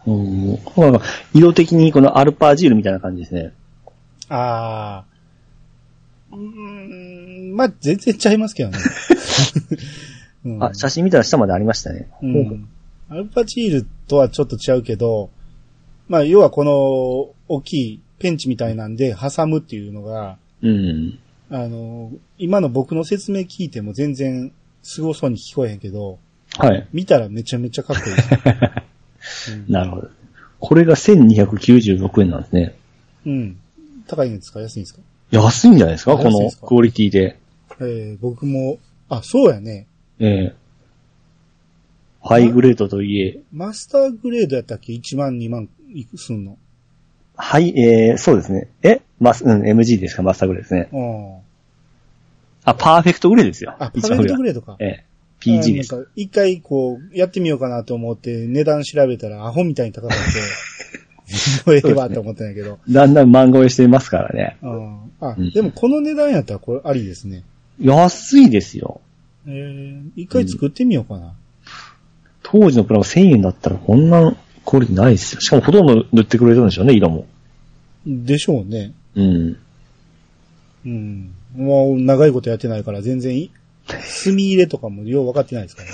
Speaker 1: よ。
Speaker 2: う。うん。ほら色的にこのアルパージールみたいな感じですね。
Speaker 1: あー。うーん、まあ、全然ちゃいますけどね。うん
Speaker 2: あ、写真見たら下までありましたね。
Speaker 1: う。
Speaker 2: ほうほうん
Speaker 1: アルパチールとはちょっと違うけど、まあ、要はこの、大きいペンチみたいなんで挟むっていうのが、
Speaker 2: うん。
Speaker 1: あの、今の僕の説明聞いても全然凄そうに聞こえへんけど、
Speaker 2: はい。
Speaker 1: 見たらめちゃめちゃかっこいいです。
Speaker 2: なるほど。これが1296円なんですね。
Speaker 1: うん。高いんですか安いんですか
Speaker 2: 安いんじゃないですか
Speaker 1: 安い
Speaker 2: こ
Speaker 1: ですか
Speaker 2: のクオリティで。
Speaker 1: えー、僕も、あ、そうやね。
Speaker 2: ええハイグレードといえ、
Speaker 1: マスターグレードやったっけ ?1 万、2万いくすんの。
Speaker 2: はい、えー、そうですね。えマス、うん、MG ですかマスターグレードですね。
Speaker 1: うん。
Speaker 2: あ、パーフェクトグレードですよ。
Speaker 1: あ、パ
Speaker 2: 一
Speaker 1: ー
Speaker 2: 番
Speaker 1: フェ
Speaker 2: 上
Speaker 1: クトグレードか。
Speaker 2: ええ PG です。
Speaker 1: あなんか、一回こう、やってみようかなと思って、値段調べたらアホみたいに高くて、 そういえばと思ってんやけど。
Speaker 2: だんだん漫画をしていますからね。
Speaker 1: うんあ
Speaker 2: うん、
Speaker 1: でもこの値段やったらこれありですね。
Speaker 2: 安いですよ。
Speaker 1: えー、一回作ってみようかな。
Speaker 2: 当時のプランが1000円だったらこんなクオリティないですよ。しかもほとんど塗ってくれてるんでしょうね、色も。
Speaker 1: でしょうね。
Speaker 2: うん。
Speaker 1: うん。もう長いことやってないから全然い、墨入れとかもよう分かってないですからね。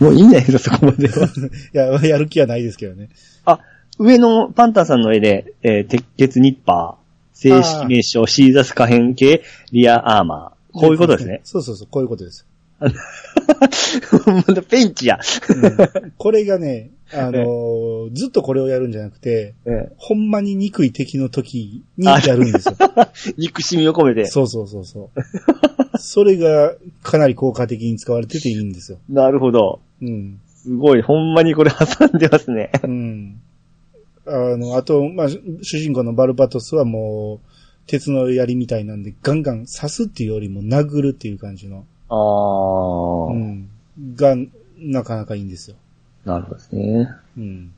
Speaker 2: もういいんじゃないですか、そこまでは。
Speaker 1: いや、やる気はないですけどね。
Speaker 2: あ、上のパンタさんの絵で、えー鉄血ニッパー、正式名称、シーザス可変形、リアアーマー。こういうことですね。
Speaker 1: そうそうそう、こういうことです。
Speaker 2: まだペンチや。
Speaker 1: うんこれがね、あのーずっとこれをやるんじゃなくて、ほんまに憎い敵の時にやるんですよ。
Speaker 2: 憎しみを込め て。
Speaker 1: そうそうそうそう。それがかなり効果的に使われてていいんですよ。
Speaker 2: なるほど。
Speaker 1: うん。
Speaker 2: すごい、ほんまにこれ挟んでますね。
Speaker 1: うん。あの、あと、まあ、主主人公のバルバトスはもう、鉄の槍みたいなんで、ガンガン刺すっていうよりも殴るっていう感じの、
Speaker 2: あー。
Speaker 1: うん。が、なかなかいいんですよ。
Speaker 2: なるほどですね。
Speaker 1: うん。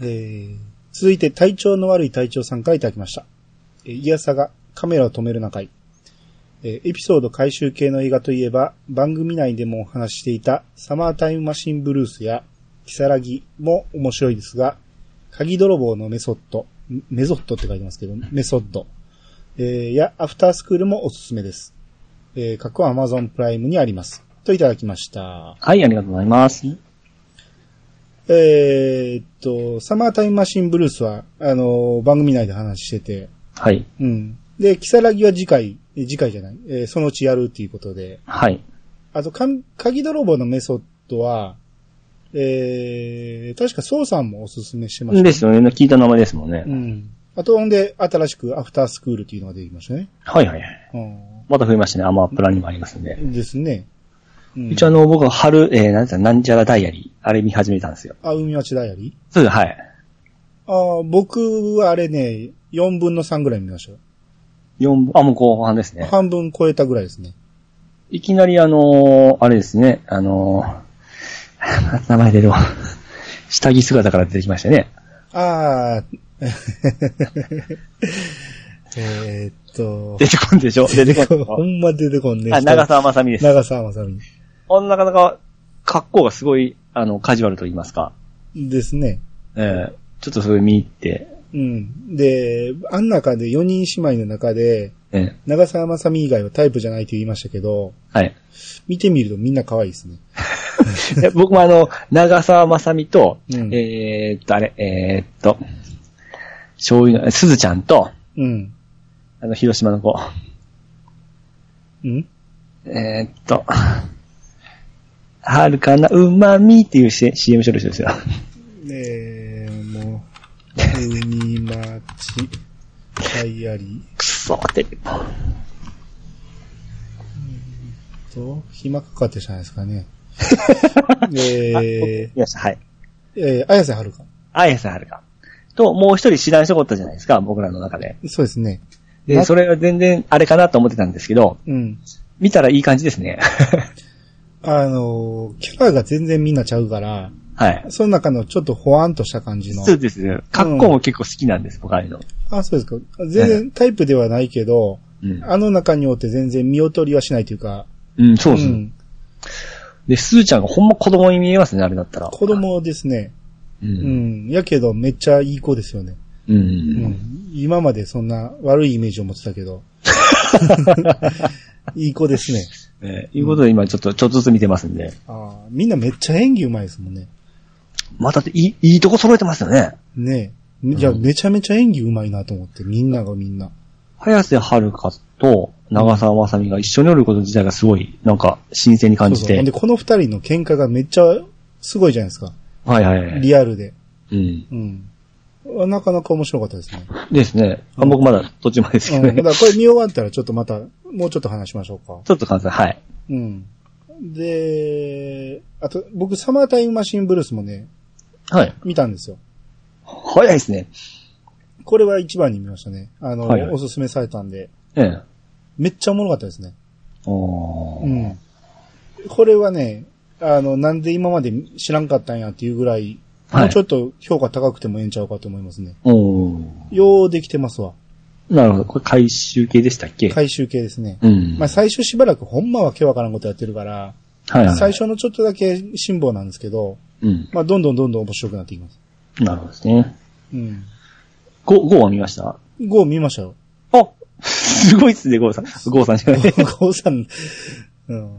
Speaker 1: えー、続いて、体調の悪い隊長さんからいただきました。えー、イヤサがカメラを止めるな会。えーエピソード回収系の映画といえば、番組内でもお話ししていたサマータイムマシンブルースや、キサラギも面白いですが、鍵泥棒のメソッド、メメソッドって書いてますけど、メソッド、えーや、アフタースクールもおすすめです。えー、過去は Amazon プライムにあります。といただきました。
Speaker 2: はい、ありがとうございます。
Speaker 1: えーっと、サマータイムマシンブルースは、あのー番組内で話してて、
Speaker 2: はい。
Speaker 1: うん。で、キサラギは次回、え次回じゃない、えーそのうちやるっていうことで、
Speaker 2: はい。
Speaker 1: あと、かん鍵泥棒のメソッドは、えー、確かソウさんもおすすめしてました。
Speaker 2: ですよね。聞いた名前ですもんね
Speaker 1: う。ん。あと、ほんで、新しくアフタースクールっていうのが出てきましたね。
Speaker 2: はいはいはい。
Speaker 1: う
Speaker 2: また増えましたね。アマプラにもありますんで。
Speaker 1: ん。ですね。うん
Speaker 2: 一応あの、僕は春、えー、なんていうのなんちゃらダイアリー、あれ見始めたんですよ。
Speaker 1: あ、海はちダイアリ
Speaker 2: そうですはい。
Speaker 1: ーあー僕はあれね、4分の3ぐらい見ましたよ。
Speaker 2: 四部あ、もう後半ですね。
Speaker 1: 半分超えたぐらいですね。
Speaker 2: いきなりあのーあれですね、あのー 名前出るわ。下着姿から出てきましたね。
Speaker 1: ああ、 えーっと、
Speaker 2: 出てこんでしょ出て こ
Speaker 1: ほ
Speaker 2: ん。
Speaker 1: んま出てこんね。
Speaker 2: あ、長澤まさみです。
Speaker 1: 長澤まさみ。
Speaker 2: あのなかなか、格好がすごい、あの、カジュアルと言いますか。
Speaker 1: ですね。
Speaker 2: ええちょっとそれ見入って、
Speaker 1: うん。で、あん中で4人姉妹の中で、
Speaker 2: ええ
Speaker 1: 長澤まさみ以外はタイプじゃないと言いましたけど、
Speaker 2: はい。
Speaker 1: 見てみるとみんな可愛いですね。
Speaker 2: いや僕もあの、長澤まさみと、
Speaker 1: うん
Speaker 2: えーっと、あれ、えーっと、醤油の、すずちゃんと、
Speaker 1: うん。
Speaker 2: あの、広島の子、
Speaker 1: うん
Speaker 2: えーっと、はるかな、うまみっていう C- CM 処理ですよ。
Speaker 1: えー、もう、海町、ダイアリ
Speaker 2: くそーって。
Speaker 1: ーと、暇かかってるじゃないですかね。え
Speaker 2: いました、はい。
Speaker 1: ー、えー、綾瀬はるか。
Speaker 2: あやさはるか。と、もう一人知らん人だったじゃないですか、僕らの中で。
Speaker 1: そうですね。
Speaker 2: で、それは全然あれかなと思ってたんですけど、
Speaker 1: うん。
Speaker 2: 見たらいい感じですね。
Speaker 1: あの、キャラが全然みんなちゃうから、
Speaker 2: はい。
Speaker 1: その中のちょっとほわんとした感じの
Speaker 2: そ。うです。格好も結構好きなんです、僕ああいうの。
Speaker 1: あ、そうですか。全然タイプではないけど、
Speaker 2: うん。
Speaker 1: あの中におって全然見劣りはしないというか、
Speaker 2: うん、そううです。
Speaker 1: ん、
Speaker 2: で、すずちゃんがほんま子供に見えますね、あれだったら。
Speaker 1: 子。供ですね。
Speaker 2: う。
Speaker 1: うんん。やけどめっちゃいい子ですよね。
Speaker 2: う。
Speaker 1: うんん。今までそんな悪いイメージを持ってたけ ど。いい子ですね。
Speaker 2: えーいうことで今ちょっと、ちょっとずつ見てますんで。
Speaker 1: あーみんなめっちゃ演技うまいですもんね。
Speaker 2: また、いい、いいとこ揃えてますよね。
Speaker 1: ねえ。いや、めちゃめちゃ演技うまいなと思って、みんながみんな。
Speaker 2: 早瀬はるかと長澤まさみが一緒におること自体がすごい、なんか、新鮮に感じ
Speaker 1: そうそうほ
Speaker 2: て
Speaker 1: んで、。この二人の喧嘩がめっちゃすごいじゃないですか。
Speaker 2: はいはいはい。
Speaker 1: リアルで。
Speaker 2: うん。
Speaker 1: うん。あなかなか面白かったですね。
Speaker 2: ですね。あ僕まだ途中までですけど
Speaker 1: うん、
Speaker 2: ね
Speaker 1: だ。からこれ見終わったらちょっとまた、もうちょっと話しましょうか。
Speaker 2: ちょっと感想、はい。
Speaker 1: うん。で、あと、僕、サマータイムマシンブルースもね、
Speaker 2: はい。
Speaker 1: 見たんですよ。
Speaker 2: 早いですね。
Speaker 1: これは一番に見ましたね。あの、
Speaker 2: はいはい
Speaker 1: おすすめされたんで、
Speaker 2: ええ。
Speaker 1: めっちゃおもろかったですね。
Speaker 2: おー
Speaker 1: うん。これはね、あの、なんで今まで知らんかったんやっていうぐらい、
Speaker 2: はい
Speaker 1: もうちょっと評価高くてもええんちゃうかと思いますね。
Speaker 2: おー
Speaker 1: ようできてますわ。
Speaker 2: なるほど。これ回収系でしたっけ
Speaker 1: 回収系ですね。
Speaker 2: うん。
Speaker 1: まあ、最初しばらくほんまわけわからんことやってるから、
Speaker 2: はいはい。
Speaker 1: 最。初のちょっとだけ辛抱なんですけど、
Speaker 2: うん。
Speaker 1: まあ、どんどんどんどん面白くなっていきます。
Speaker 2: なるほどですね。
Speaker 1: うん。
Speaker 2: ゴー、ゴーは見ました
Speaker 1: ゴー見ましたよ。
Speaker 2: あ すごいっすね、ゴーさん。ゴーさんじ ゃない。
Speaker 1: ゴーさん、うん。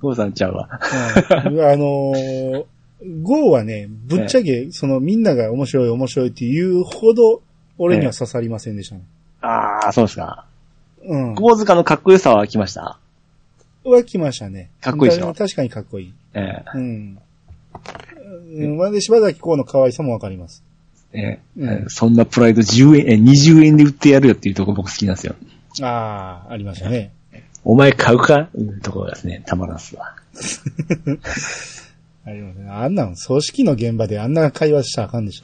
Speaker 2: ゴーさんちゃうわ。
Speaker 1: うんあのー、ゴーはね、ぶっちゃけ、そのみんなが面白い面白いっていうほど、俺には刺さりませんでしたね。
Speaker 2: あー、そうですか。
Speaker 1: うん。
Speaker 2: ゴー塚のかっこよさは来ました
Speaker 1: は来ましたね。
Speaker 2: かっこいいでしょ
Speaker 1: だ確かにかっこいい。
Speaker 2: え
Speaker 1: うん。うん、まあで、柴崎ウの可愛さもわかります。
Speaker 2: えええ
Speaker 1: うん
Speaker 2: そんなプライド10円、え20円で売ってやるよっていうところ僕好きなんですよ。
Speaker 1: ああ、ありましたね。
Speaker 2: お前買うかうん、ところがですね、たまらんっすわ。
Speaker 1: ありますね。あんなん、組織の現場であんな会話したらあかんでしょ。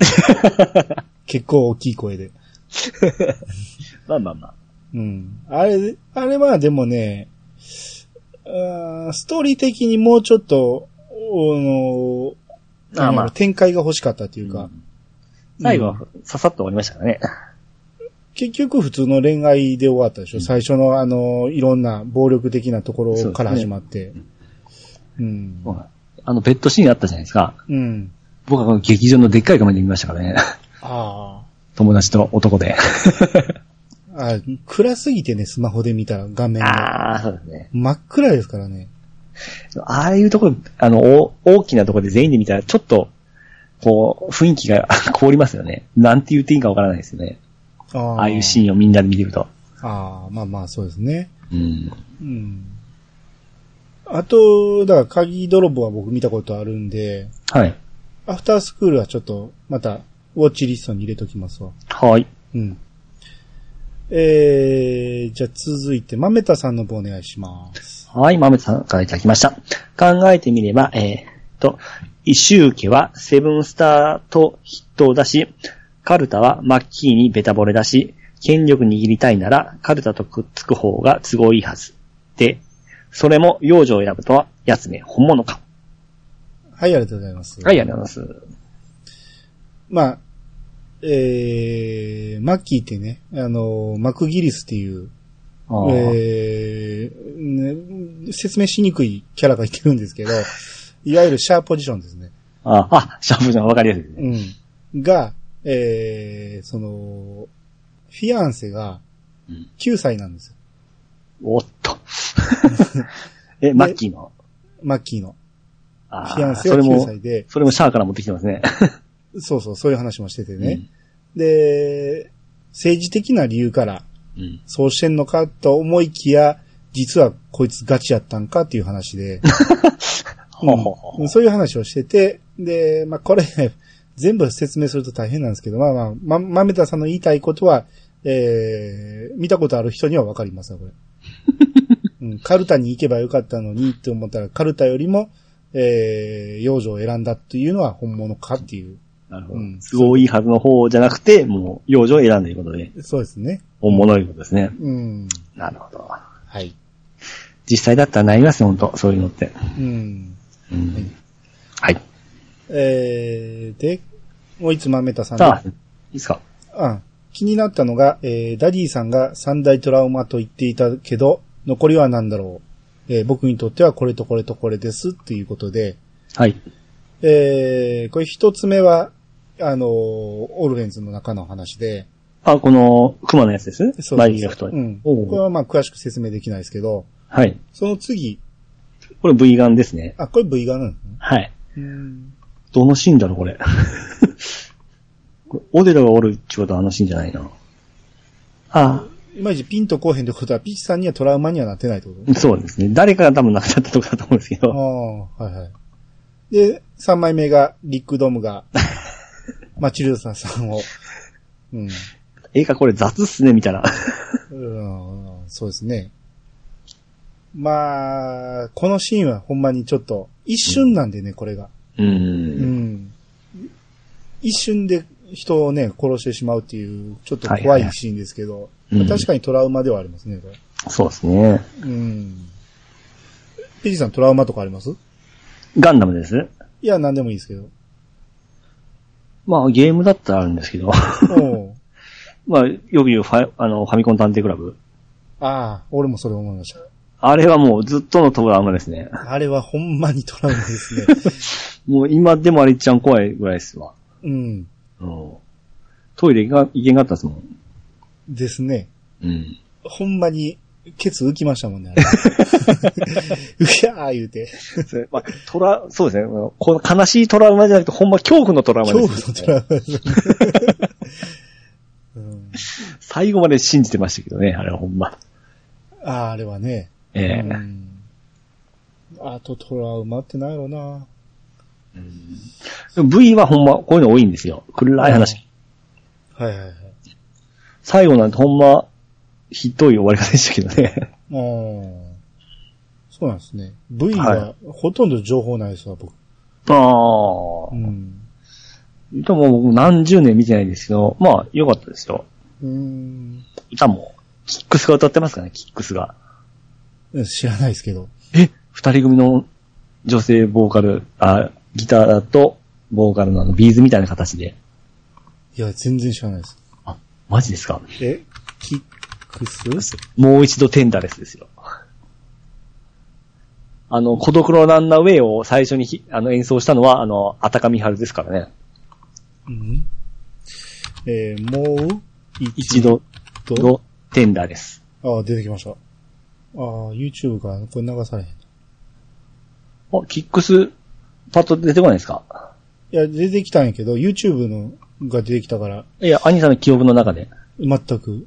Speaker 1: 結構大きい声で。
Speaker 2: まあまあまあ。
Speaker 1: うん。あれ、あれはでもね、あーストーリー的にもうちょっと、おの、
Speaker 2: あーまあ
Speaker 1: なんやろ展開が欲しかったというか、
Speaker 2: 最後は、ささっと終わりましたからね。
Speaker 1: 結局普通の恋愛で終わったでしょ、最初のあの、いろんな暴力的なところから始まって。うん。
Speaker 2: あの、ベッドシーンあったじゃないですか。
Speaker 1: うん。
Speaker 2: 僕はこの劇場のでっかい画面で見ましたからね。
Speaker 1: あ
Speaker 2: 友達と男で。
Speaker 1: あ。あー暗すぎてね、スマホで見た画面が。
Speaker 2: ああ、そうですね。
Speaker 1: 真っ暗ですからね。
Speaker 2: ああいうところ、あの、お大きなところで全員で見たら、ちょっと、こう、雰囲気が 凍りますよね。なんて言っていいかわからないですよね。
Speaker 1: ああ
Speaker 2: ああいうシーンをみんなで見てると。
Speaker 1: ああ、まあまあ、そうですね。
Speaker 2: うん。
Speaker 1: うん。あと、だから鍵泥棒は僕見たことあるんで、
Speaker 2: はい。
Speaker 1: アフタースクールはちょっと、また、ウォッチリストに入れときますわ。
Speaker 2: はい。
Speaker 1: うん。えー、じゃあ続いて、まめたさんの方お願いします。
Speaker 2: はい、豆さんからいただきました。考えてみれば、えーっと、イシュウ家はセブンスターと筆頭だし、カルタはマッキーにベタボレだし、権力握りたいならカルタとくっつく方が都合いいはず。で、それも幼女を選ぶとは、やつめ、本物か。
Speaker 1: はい、ありがとうございます。
Speaker 2: はい、ありがとうございます。
Speaker 1: まあ、えー、マッキーってね、あの、マクギリスっていう、
Speaker 2: あー
Speaker 1: えーね説明しにくいキャラがいてるんですけ ど、いわゆるシャーポジションですね。
Speaker 2: ああ、シャープじゃん、わかりやすいですね。
Speaker 1: うん。が、えー、その、フィアンセが
Speaker 2: うん
Speaker 1: 9歳なんですよ。
Speaker 2: おっと。 え、マッキーの。
Speaker 1: マッキーの。フ
Speaker 2: あ
Speaker 1: ィア
Speaker 2: あ、
Speaker 1: ンセ
Speaker 2: そ
Speaker 1: が
Speaker 2: れ
Speaker 1: 9
Speaker 2: も、
Speaker 1: 歳で、
Speaker 2: それもシャアから持ってきてますね。
Speaker 1: そうそう、そういう話もしててね。で、政治的な理由から、
Speaker 2: うん。うん。
Speaker 1: そうしてんのかと思いきや、実はこいつガチやったんかっていう話で、
Speaker 2: ほうほうほう
Speaker 1: うんそういう話をしてて、で、まあ、これ、 全部説明すると大変なんですけど、まあまあ、ま、まめたさんの言いたいことは、えー、見たことある人にはわかります わ、これ。うん、カルタに行けばよかったのにって思ったら、カルタよりも、えー、幼女を選んだっていうのは本物かっていう。
Speaker 2: なるほど
Speaker 1: うん。
Speaker 2: 都合いいはずの方じゃなくて、もう、幼女を選んでいることで、
Speaker 1: そうですね。
Speaker 2: 本物ということですね。
Speaker 1: うん。
Speaker 2: なるほど。
Speaker 1: はい。
Speaker 2: 実際だったらなりますよ、本当そういうのって。
Speaker 1: うん。
Speaker 2: うん。はい。
Speaker 1: えー、で、もういつまめたさんの
Speaker 2: さあ、いいですか
Speaker 1: あ気になったのが、えーダディさんが三大トラウマと言っていたけど、残りは何だろう、えー僕にとってはこれとこれとこれですっていうことで、
Speaker 2: はい。
Speaker 1: えーこれ一つ目は、あのーオルフェンズの中の話で、
Speaker 2: あ、この、熊のやつです
Speaker 1: そうそう
Speaker 2: マリーが太い。
Speaker 1: うん。
Speaker 2: おう
Speaker 1: これはまあ詳しく説明できないですけど、
Speaker 2: はい。
Speaker 1: その次、
Speaker 2: これ V ガンですね。
Speaker 1: あ、これ V ガンなの
Speaker 2: はい。
Speaker 1: うん。
Speaker 2: どのシーンだろう、これ。 これオデロがおるってことはあのシーンじゃないな。あ
Speaker 1: いまいちピンとこうへんってことは、ピッチさんにはトラウマにはなってないってこと
Speaker 2: あ、そうですね。誰かが多分亡くなったとこだと思うんですけ
Speaker 1: あ
Speaker 2: ど。
Speaker 1: あ、はいはい。で、3枚目が、リックドームが、マチルダさんを。うん。
Speaker 2: 映画これ雑っすね、みたいな。
Speaker 1: うん、そうですね。まあ、このシーンはほんまにちょっと、一瞬なんでね、これが。
Speaker 2: う。
Speaker 1: うんん。一瞬で人をね、殺してしまうっていう、ちょっと怖いシーンですけど、
Speaker 2: いはい
Speaker 1: まあ確かにトラウマではありますね、これ。
Speaker 2: そうですね。
Speaker 1: うん。ペジさんトラウマとかあります
Speaker 2: ガンダムです。
Speaker 1: いや、なんでもいいですけ ど。
Speaker 2: まあ、ゲームだったらあるんですけど。
Speaker 1: おう
Speaker 2: まあ、予備ファイ、あの、ファミコン探偵クラブ。
Speaker 1: ああ、俺もそれ思いました。
Speaker 2: あれはもうずっとのトラウマですね。
Speaker 1: あれはほんまにトラウマですね。
Speaker 2: もう今でもあれちゃん怖いぐらいですわ。
Speaker 1: うん。
Speaker 2: うん。トイレが行けんかったですもん。
Speaker 1: ですね。
Speaker 2: うん。
Speaker 1: ほんまに、ケツ浮きましたもんね、あ れ。うひゃー言うて。
Speaker 2: まあ、トラ、そうですね。この悲しいトラウマじゃなくて、ほんま恐怖のトラウマ
Speaker 1: 恐
Speaker 2: です、
Speaker 1: 怖のトラウマですね。うん、
Speaker 2: 最後まで信じてましたけどね、あれはほんま。
Speaker 1: ああ、あれはね。
Speaker 2: ええ
Speaker 1: うん、あとトラウマってないよな。
Speaker 2: でも V はほんま、こういうの多いんですよ。暗い話。
Speaker 1: はいはいはい。
Speaker 2: 最後なんてほんま、ひどい終わり方でしたけどね。
Speaker 1: うんそうなんですね。V
Speaker 2: は
Speaker 1: はほとんど情報ないですわ、僕。
Speaker 2: ああ
Speaker 1: う。ん。
Speaker 2: でも僕何十年見てないんですけど、まあ、良かったですよ。
Speaker 1: うん。
Speaker 2: 歌も、キックスが歌ってますからね、キックスが。
Speaker 1: 知らないですけど。
Speaker 2: え二人組の女性ボーカル、あ、ギターとボーカルのあの、ビーズみたいな形で。
Speaker 1: いや、全然知らないです。
Speaker 2: あ、マジですか
Speaker 1: え、キックス
Speaker 2: もう一度テンダレスですよ。あの、孤独のランナーウェイを最初にひあの演奏したのは、あの、アタカミハルですからね。
Speaker 1: うん。えーもう
Speaker 2: 一度
Speaker 1: と
Speaker 2: のテンダレス。
Speaker 1: ああ、出てきました。ああ、YouTube からこれ流されへん。い
Speaker 2: あ、キックス、パッと出てこないですか
Speaker 1: や、出てきたんやけど、YouTube のが出てきたから、
Speaker 2: いや、兄さんの記憶の中で。
Speaker 1: 全く、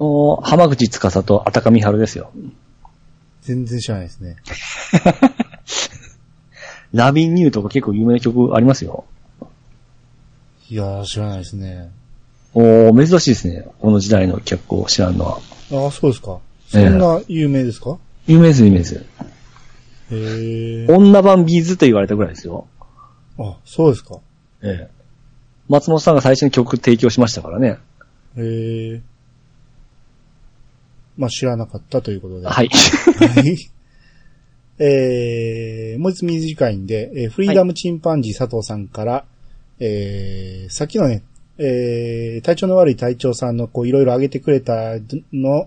Speaker 2: お浜口司とアタカミハルですよ。
Speaker 1: 全然知らないですね。
Speaker 2: ラビンニューとか結構有名な曲ありますよ。
Speaker 1: いやー、知らないですね。
Speaker 2: おー、珍しいですね。この時代の脚光を知らんのは。
Speaker 1: ああ、そうですか。そ
Speaker 2: ええ
Speaker 1: んな有名ですか、
Speaker 2: 有名です、有名です。
Speaker 1: へえ。
Speaker 2: 女版ビーズと言われたぐらいですよ。
Speaker 1: あ、そうですか。
Speaker 2: ええ。松本さんが最初に曲提供しましたからね。
Speaker 1: へえ。まあ、知らなかったということで。
Speaker 2: はい。
Speaker 1: はい。えー、もう一つ短いんで、えーフリーダムチンパンジー佐藤さんから、えー、さっきのね、えー、体調の悪い隊長さんのこういろいろ上げてくれたの、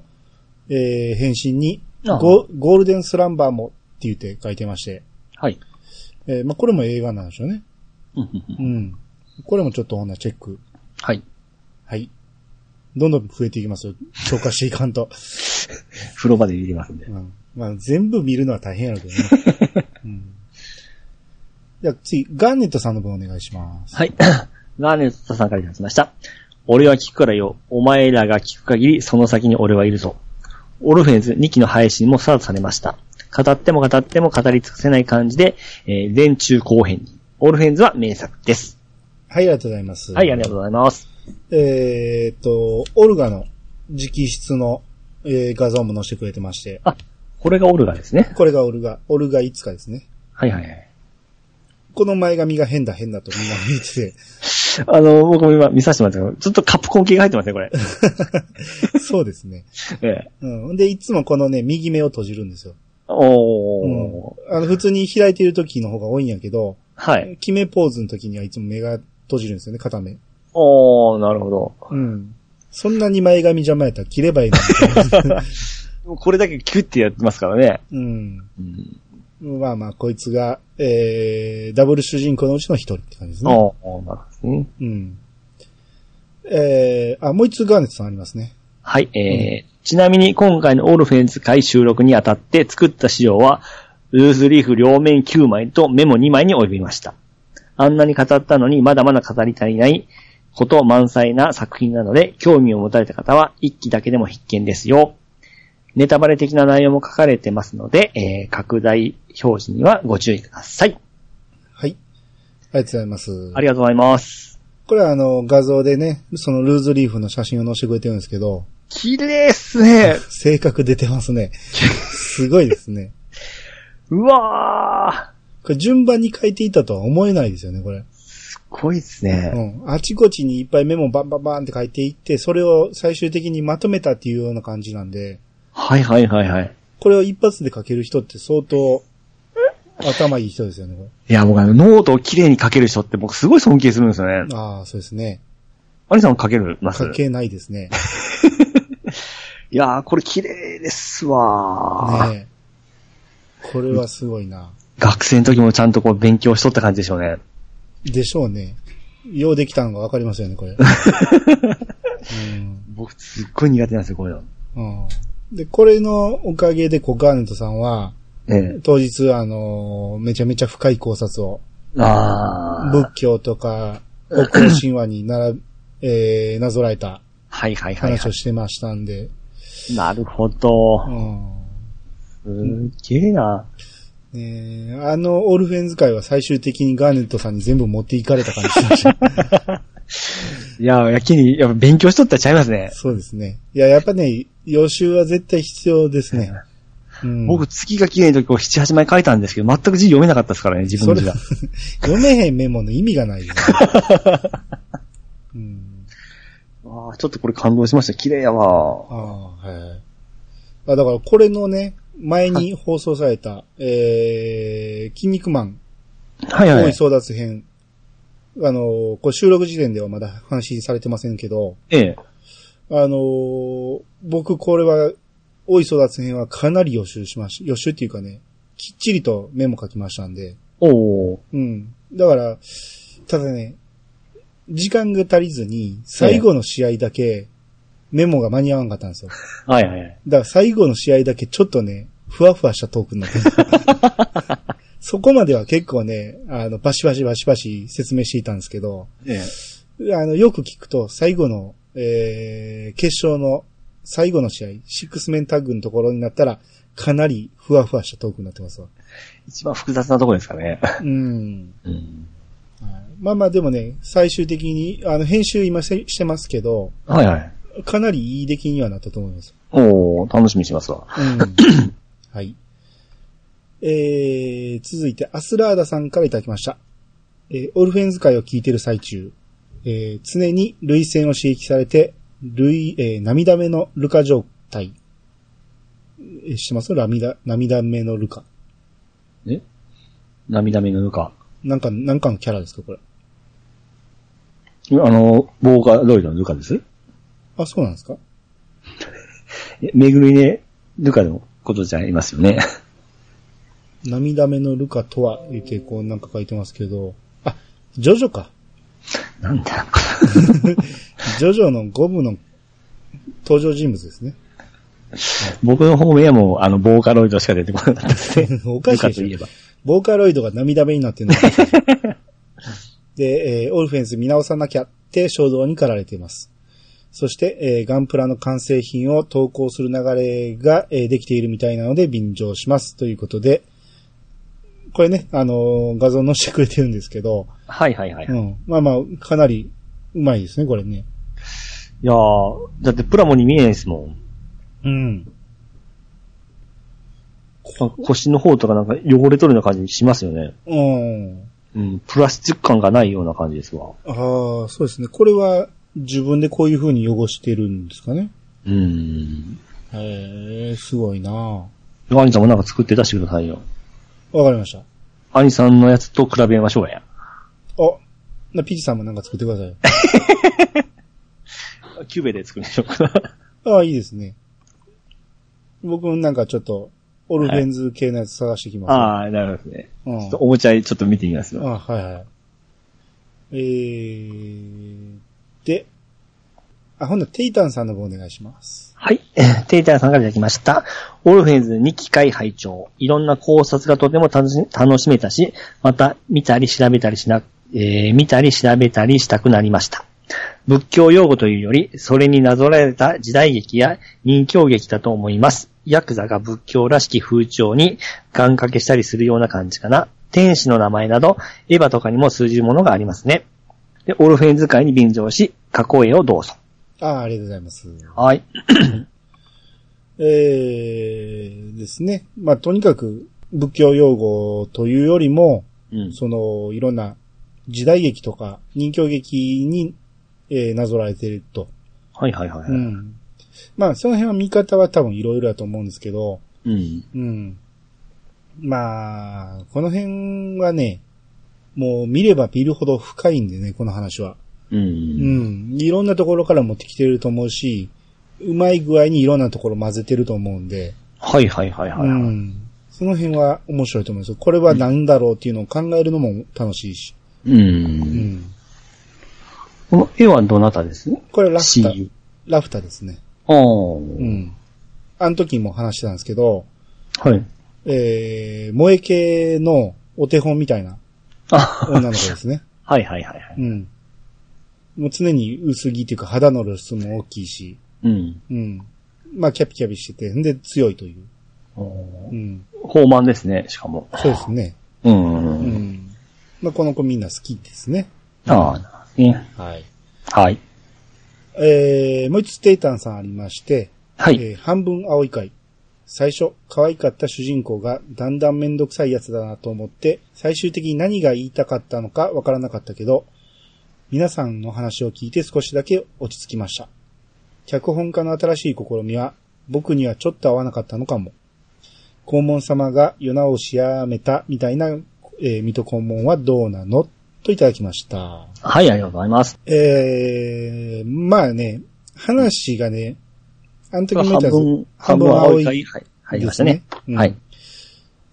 Speaker 1: えー、返信に
Speaker 2: ああ
Speaker 1: ゴ、ゴールデンスランバーもって言って書いてまして、
Speaker 2: はい。
Speaker 1: えー、まあこれも映画なんでしょうね。
Speaker 2: うんうんうん
Speaker 1: うん。これもちょっとほんなチェック。
Speaker 2: はい。
Speaker 1: はい。どんどん増えていきますよ。消化していかんと。
Speaker 2: 風呂場で入れますんで
Speaker 1: う。んまあ、全部見るのは大変やろうけど ね。うん、じゃあ次、ガンネットさんの分お願いします。
Speaker 2: はい。 ガーネットさんからいただきました。俺は聞くからよ。お前らが聞く限り、その先に俺はいるぞ。オルフェンズ2期の配信もスタートされました。語っても語っても語り尽くせない感じで、えー前中後編に。オルフェンズは名作です。
Speaker 1: はい、ありがとうございます。
Speaker 2: はい、ありがとうございます。
Speaker 1: えーっと、オルガの直筆の、えー画像も載せてくれてまして、
Speaker 2: あ、これがオルガですね。
Speaker 1: これがオルガ、オルガいつかですね。
Speaker 2: はいはい はい。
Speaker 1: この前髪が変だ変だとみんな見て
Speaker 2: あの、僕も今見させてもらったけど、ちょっとカプコン系が入ってますね、これ。
Speaker 1: て、そうですね。
Speaker 2: ええ。
Speaker 1: うん。で、いつもこのね、右目を閉じるんですよ。
Speaker 2: お
Speaker 1: う
Speaker 2: ー。
Speaker 1: ん。あの、普通に開いてる時の方が多いんやけど、
Speaker 2: はい。
Speaker 1: 決めポーズの時にはいつも目が閉じるんですよね、片目。
Speaker 2: おー、なるほど。
Speaker 1: うん。そんなに前髪邪魔やったら切ればいいのに。
Speaker 2: これだけキュッてやってますからね。
Speaker 1: うん。
Speaker 2: うん。
Speaker 1: まあまあ、こいつが、えー、ダブル主人公のうちの一人って感じですね。
Speaker 2: おー、なるほどね。
Speaker 1: うん。えー、あ、もう一つガーネットさんありますね。
Speaker 2: はい、えーちなみに今回のオルフェンズ回収録にあたって作った資料は、ルーズリーフ両面9枚とメモ2枚に及びました。あんなに語ったのにまだまだ語り足りないこと満載な作品なので、興味を持たれた方は1期だけでも必見ですよ。ネタバレ的な内容も書かれてますので、えー拡大表示にはご注意ください。
Speaker 1: はい。ありがとうございます。
Speaker 2: ありがとうございます。
Speaker 1: これはあの、画像でね、そのルーズリーフの写真を載せてくれてるんですけど、
Speaker 3: 綺麗っす ね。
Speaker 1: 性格出てます ね。すごいですね。
Speaker 3: うわー。
Speaker 1: これ順番に書いていたとは思えないですよね、これ。
Speaker 3: すごいっす
Speaker 1: う
Speaker 3: ね。
Speaker 1: ん。あちこちにいっぱいメモバンバンバンって書いていって、それを最終的にまとめたっていうような感じなんで、
Speaker 2: はいはいはいはい。
Speaker 1: これを一発で書ける人って相当、頭いい人ですよね、こ
Speaker 2: いや、僕あの、ノートを綺麗に書ける人って僕すごい尊敬するんですよね。
Speaker 1: れ。ああ、そうですね。
Speaker 2: アリさん書けるます
Speaker 1: 書けないですね。
Speaker 2: いやー、これ綺麗ですわー。
Speaker 1: ねえこれはすごいな。
Speaker 2: 学生の時もちゃんとこう勉強しとった感じでしょうね。
Speaker 1: でしょうね。ようできたのがわかりますよね、これ。うん
Speaker 2: 僕すっごい苦手なんですよ、こういうの。
Speaker 1: うん、で、これのおかげで、こう、ガーネットさんは、
Speaker 2: ね
Speaker 1: 当日、あのーめちゃめちゃ深い考察を、
Speaker 2: え。あー。
Speaker 1: 仏教とか、北欧神話になら、 えー、なぞらえた
Speaker 2: はいはいはい、は
Speaker 1: 話をしてましたんで、
Speaker 2: い。なるほど。すっげえな。
Speaker 1: うんねえあの、オルフェンズ会は最終的にガーネットさんに全部持っていかれた感じしま した。
Speaker 2: いや、やけに、やっぱ勉強しとったらちゃいますね。
Speaker 1: そうですね。いや、やっぱね、予習は絶対必要ですね。うん、
Speaker 2: 僕、月が綺麗な時こう7、8枚書いたんですけど、全く字読めなかったですからね、自分の字が。
Speaker 1: 読めへんメモの意味がないですね。うん。
Speaker 2: あーちょっとこれ感動しました。綺麗やわ
Speaker 1: ああ、はい。あだからこれのね、前に放送された、えー、筋肉マン、
Speaker 2: ー。はい
Speaker 1: 大
Speaker 2: はいい。
Speaker 1: 争奪編。あのー、こう収録時点ではまだ話されてませんけど、
Speaker 2: ええ。
Speaker 1: あのー僕これは、大争奪編はかなり予習しまし、予習っていうかね、きっちりとメモ書きましたんで、
Speaker 2: おー。
Speaker 1: うん。だから、ただね、時間が足りずに、最後の試合だけ、メモが間に合わんかったんですよ。
Speaker 2: はいはいはい。
Speaker 1: だから最後の試合だけちょっとね、ふわふわしたトークになってたそこまでは結構ね、あの、バシバシバシバシ説明していたんですけど、
Speaker 2: ええ。
Speaker 1: あの、よく聞くと、最後の、えー、決勝の最後の試合、シックスメンタッグのところになったら、かなりふわふわしたトークになってますわ。
Speaker 2: 一番複雑なところですからね。
Speaker 1: うん。
Speaker 2: うん。
Speaker 1: はいまあまあでもね、最終的に、あの、編集今せしてますけど、
Speaker 2: はいはい。
Speaker 1: かなりいい出来にはなったと思います。
Speaker 2: おー、楽しみにしますわ。
Speaker 1: うん。 はい。えー、続いて、アスラーダさんからいただきました。えー、オルフェンズ会を聞いてる最中、えー、常に類線を刺激されて、類、えー、涙目のルカ状態。えー知ってます涙、涙目のルカ。
Speaker 2: え涙目のぬか。
Speaker 1: なんか、なんかのキャラですかこれ。
Speaker 2: あの、ボーカロイドのルカです
Speaker 1: あ、そうなんですか
Speaker 2: え、めぐみね、ルカのことじゃいますよね。
Speaker 1: 涙目のルカとは、言って、こうなんか書いてますけど、あ、ジョジョか。
Speaker 2: なんだ
Speaker 1: ジョジョのゴムの登場人物ですね。
Speaker 2: 僕の方面はもう、あの、ボーカロイドしか出てこなかったですね。
Speaker 1: おか
Speaker 2: ル
Speaker 1: しい
Speaker 2: カ
Speaker 1: で
Speaker 2: とい
Speaker 1: し
Speaker 2: え
Speaker 1: ょ。
Speaker 2: ば。
Speaker 1: ボーカロイドが涙目になってるのがおか しいで、えーオルフェンス見直さなきゃって衝動に駆られています。そして、えーガンプラの完成品を投稿する流れが、えーできているみたいなので便乗します。ということで、これね、あのー画像載せてくれてるんですけど、
Speaker 2: はいはいはい。
Speaker 1: う
Speaker 2: い
Speaker 1: ん。まあまあ、かなり、うまいですね、これね。
Speaker 2: やー、だってプラモに見えないですもん。
Speaker 1: うん。
Speaker 2: こ腰の方とかなんか汚れとるような感じしますよね。
Speaker 1: うん。
Speaker 2: うん、プラスチック感がないような感じですわ。
Speaker 1: ああ、そうですね。これは自分でこういう風に汚してるんですかね。
Speaker 2: うん。
Speaker 1: へえ、すごいな
Speaker 2: アニさんもなんか作って出してくださいよ。
Speaker 1: わかりました。
Speaker 2: アニさんのやつと比べましょうや。
Speaker 1: あ、な、ピチさんもなんか作ってください よ。
Speaker 2: キューベで作りましょうか。
Speaker 1: ああ、いいですね。僕もなんかちょっと、オルフェンズ系のやつ探してきます。
Speaker 2: ああ、なるほどね。
Speaker 1: うん
Speaker 2: ちょっとおもちゃちょっと見てみますよ。
Speaker 1: あはいはい。えー、で、あ、ほんならテイタンさんの方お願いします。
Speaker 2: はい。えーテイターさんからいただきました。オルフェンズに機械拝聴。いろんな考察がとても楽し楽しめたし、また見たり調べたりしな、えー見たり調べたりしたくなりました。仏教用語というより、それになぞらえた時代劇や人狂劇だと思います。ヤクザが仏教らしき風潮に願掛けしたりするような感じかな。天使の名前など、エヴァとかにも通じるものがありますね。で、オルフェンズ会に便乗し、過去絵をどうぞ。
Speaker 1: ああ、ありがとうございます。
Speaker 2: はい。
Speaker 1: えー、ですね。まあ、とにかく、仏教用語というよりも、
Speaker 2: うん。
Speaker 1: その、いろんな時代劇とか人形劇に、えーなぞらえてると。
Speaker 2: はいはいはいは
Speaker 1: う
Speaker 2: い。
Speaker 1: ん。まあ、その辺は見方は多分いろいろだと思うんですけど、
Speaker 2: うん。
Speaker 1: うん。まあ、この辺はね、もう見れば見るほど深いんでね、この話は。
Speaker 2: う。
Speaker 1: うんん。いろんなところから持ってきてると思うし、うまい具合にいろんなところ混ぜてると思うんで、
Speaker 2: はいはいはいはいうはい。
Speaker 1: ん。その辺は面白いと思います。これは何だろうっていうのを考えるのも楽しいし。
Speaker 2: う。
Speaker 1: うんん。
Speaker 2: この絵はどなたです
Speaker 1: これラフタ
Speaker 2: ?CU。、
Speaker 1: ラフタですね。
Speaker 2: ああ。
Speaker 1: うん。あの時も話してたんですけど、
Speaker 2: はい。
Speaker 1: えー、萌え系のお手本みたいな
Speaker 2: あ、
Speaker 1: 女の子ですね。
Speaker 2: はいはいはいはい。
Speaker 1: うん。もう常に薄着っていうか肌の露出も大きいし、
Speaker 2: うん。
Speaker 1: うん。まあキャピキャピしてて、んで強いという。
Speaker 2: お
Speaker 1: うん。
Speaker 2: 豊満ですね、しかも。
Speaker 1: そうですね。
Speaker 2: うん。
Speaker 1: う
Speaker 2: うん、
Speaker 1: ん。まあこの子みんな好きですね。
Speaker 2: ああ、なるほどね。
Speaker 1: はい。
Speaker 2: はい。
Speaker 1: えー、もう一つテイタンさんありまして、
Speaker 2: はい。
Speaker 1: えー半分青い回。最初、可愛かった主人公がだんだんめんどくさいやつだなと思って、最終的に何が言いたかったのかわからなかったけど、皆さんの話を聞いて少しだけ落ち着きました。脚本家の新しい試みは、僕にはちょっと合わなかったのかも。黄門様が世直しやめたみたいな、えー水戸黄門はどうなのといただきました。
Speaker 2: はい、ありがとうございます。
Speaker 1: えー、まあね、話がね、あの時も言った
Speaker 2: 半
Speaker 1: んです
Speaker 2: 分、半分青
Speaker 1: 半
Speaker 2: い会、はい、入りましたね。
Speaker 1: ですうん
Speaker 2: はい。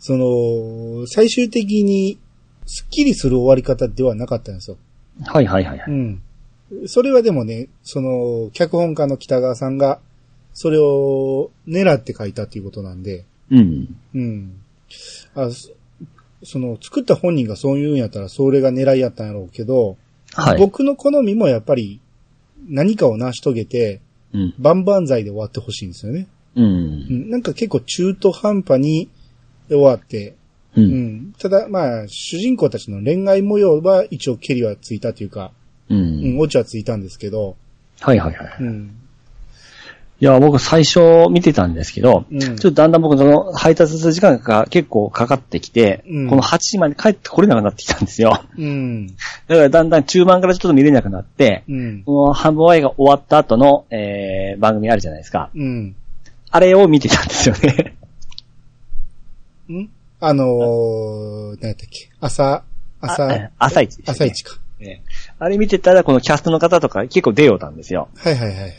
Speaker 1: その、最終的に、スッキリする終わり方ではなかったんですよ。
Speaker 2: はいはいはいは
Speaker 1: う
Speaker 2: い。
Speaker 1: ん。それはでもね、その、脚本家の北川さんが、それを狙って書いたっていうことなんで、
Speaker 2: うん。
Speaker 1: うん。あそその、作った本人がそう言うんやったら、それが狙いやったんやろうけど、
Speaker 2: はい。
Speaker 1: 僕の好みもやっぱり、何かを成し遂げて、
Speaker 2: うん。
Speaker 1: 万々歳で終わってほしいんですよね。
Speaker 2: う。
Speaker 1: うんん、なんか結構中途半端に終わって、
Speaker 2: う。
Speaker 1: うんん。ただ、まあ、主人公たちの恋愛模様は一応ケリはついたというか、
Speaker 2: う。
Speaker 1: うんん、オチはついたんですけど、
Speaker 2: はいはいはい。
Speaker 1: うん。
Speaker 2: いや、僕最初見てたんですけど、
Speaker 1: うん
Speaker 2: ちょっとだんだん僕その配達する時間が結構かかってきて、
Speaker 1: うん
Speaker 2: この8時まで帰ってこれなくなってきたんですよ。
Speaker 1: うん。
Speaker 2: だからだんだん中盤からちょっと見れなくなって、
Speaker 1: うん。
Speaker 2: この半分愛が終わった後の、えー、番組あるじゃないですか。
Speaker 1: うん。
Speaker 2: あれを見てたんですよね。
Speaker 1: んあのー、何やったっけ朝、朝
Speaker 2: あ、朝一、
Speaker 1: 朝。一か。
Speaker 2: ねあれ見てたら、このキャストの方とか結構出ようたんですよ。
Speaker 1: はいはいはいはい。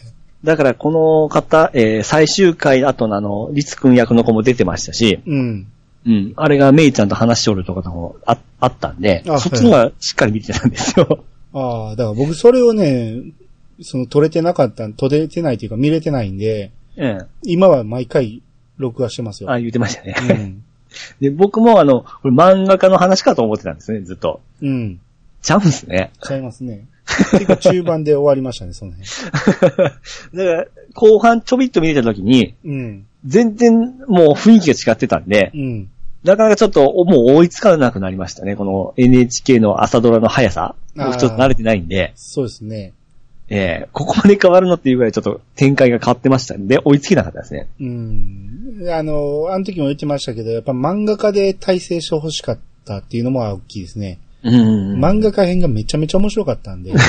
Speaker 2: だからこの方、えー、最終回後のあの、リツくん役の子も出てましたし、
Speaker 1: うん。
Speaker 2: うん。あれがメイちゃんと話しおるとかとかもああったんで、
Speaker 1: あ
Speaker 2: そっちの方がしっかり見てたんで すよ。
Speaker 1: ああ、だから僕それをね、その撮れてなかった、撮れてないというか見れてないんで、
Speaker 2: うん。
Speaker 1: 今は毎回録画してますよ。
Speaker 2: あ、言ってましたね。
Speaker 1: うん。
Speaker 2: で、僕もあの、これ漫画家の話かと思ってたんですね、ずっと。
Speaker 1: うん。
Speaker 2: ちゃうんすね。
Speaker 1: ちゃいますね。結構中盤で終わりましたね、その辺。
Speaker 2: だから、後半ちょびっと見れた時に、
Speaker 1: うん。
Speaker 2: 全然もう雰囲気が違ってたんで
Speaker 1: う、ん。
Speaker 2: なかなかちょっともう追いつかなくなりましたね。この NHK の朝ドラの速さ。
Speaker 1: あー
Speaker 2: 僕ちょっと慣れてないんで、
Speaker 1: そうですね。
Speaker 2: えーここまで変わるのっていうぐらいちょっと展開が変わってましたんで、追いつけなかったですね。
Speaker 1: うん。あの、あの時も言ってましたけど、やっぱ漫画家で体制してほしかったっていうのも大きいですね。
Speaker 2: うん
Speaker 1: 漫画家編がめちゃめちゃ面白かったん で。
Speaker 2: も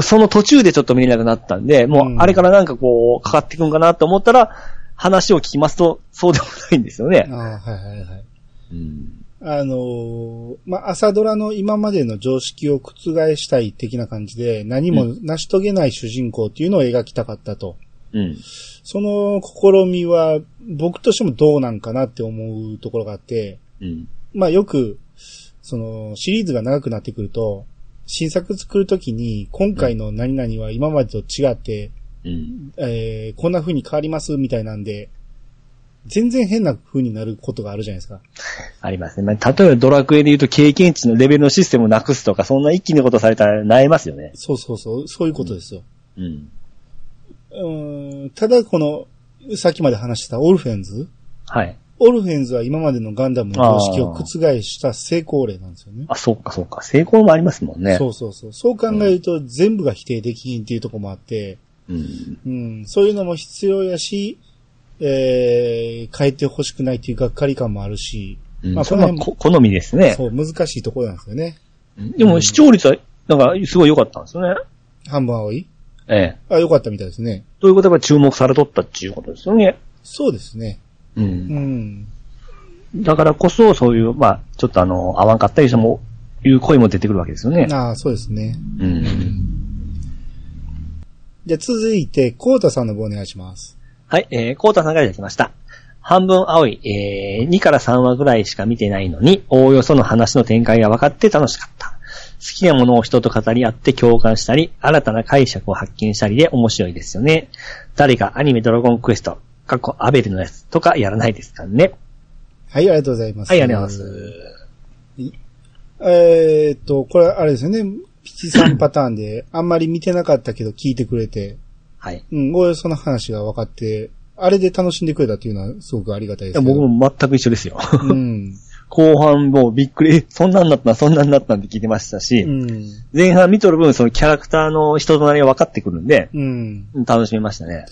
Speaker 2: う その途中でちょっと見れなくなったんで、もう
Speaker 1: うん
Speaker 2: あれからなんかこう、かかってくんかなと思ったら、話を聞きますと、そうでもないんですよ
Speaker 1: あ
Speaker 2: ね。
Speaker 1: あ、はいはいはい。
Speaker 2: うん。
Speaker 1: あの、まあ、朝ドラの今までの常識を覆したい的な感じで、何も成し遂げない主人公っていうのを描きたかったと。
Speaker 2: うん。
Speaker 1: その試みは、僕としてもどうなんかなって思うところがあって、
Speaker 2: うん。
Speaker 1: まあよく、その、シリーズが長くなってくると、新作作るときに、今回の何々は今までと違って、
Speaker 2: うん。
Speaker 1: えー、こんな風に変わります、みたいなんで、全然変な風になることがあるじゃないですか。
Speaker 2: ありますね。まあ例えばドラクエで言うと経験値のレベルのシステムをなくすとか、そんな一気にことされたら萎えますよね。
Speaker 1: そうそうそう、そういうことですよ。
Speaker 2: うん。
Speaker 1: うーん、ただこの、さっきまで話してたオルフェンズ
Speaker 2: はい。
Speaker 1: オルフェンズは今までのガンダムの様式を覆した成功例なんですよね。
Speaker 2: あ、そうかそうか。成功もありますもんね。
Speaker 1: そうそうそう。そう考えると全部が否定できひんっていうところもあって、
Speaker 2: うん。
Speaker 1: うん、そういうのも必要やし、えー、変えてほしくないっていうがっかり感もあるし、
Speaker 2: うん
Speaker 1: まあ
Speaker 2: それはこ好みですね。
Speaker 1: そう、難しいところなんですよね。
Speaker 2: でも視聴率は、なんか、すごい良かったんですよね。
Speaker 1: 半分青い
Speaker 2: ええ。
Speaker 1: あ、よかったみたいですね。
Speaker 2: ということは注目されとったっていうことですよね。
Speaker 1: そうですね。
Speaker 2: う。
Speaker 1: うんん。
Speaker 2: だからこそ、そういう、まあ、ちょっとあの、合わんかったりしても、いう声も出てくるわけですよね。
Speaker 1: ああ、そうですね。
Speaker 2: うん。
Speaker 1: じゃあ続いて、コウタさんの方お願いします。
Speaker 2: はい、えー、コータさんからいただきました。半分青い、えー、2から3話ぐらいしか見てないのに、おおよその話の展開が分かって楽しかった。好きなものを人と語り合って共感したり、新たな解釈を発見したりで面白いですよね。誰かアニメドラゴンクエスト、かっこアベルのやつとかやらないですからね。
Speaker 1: はい、ありがとうございます。
Speaker 2: はい、ありがとうございます。
Speaker 1: えーっと、これ、あれですよね。七三パターンで、あんまり見てなかったけど聞いてくれて、
Speaker 2: はい。い
Speaker 1: うん、おおよその話が分かって、あれで楽しんでくれたっていうのはすごくありがたいです
Speaker 2: や
Speaker 1: けど。
Speaker 2: 僕も全く一緒ですよ。
Speaker 1: うん。
Speaker 2: 後半もうびっくり、 えそんなんなった、そんなんなったって聞いてましたし、
Speaker 1: うん。
Speaker 2: 前半見とる分、そのキャラクターの人となりが分かってくるんで、
Speaker 1: うん。
Speaker 2: 楽しみましたね。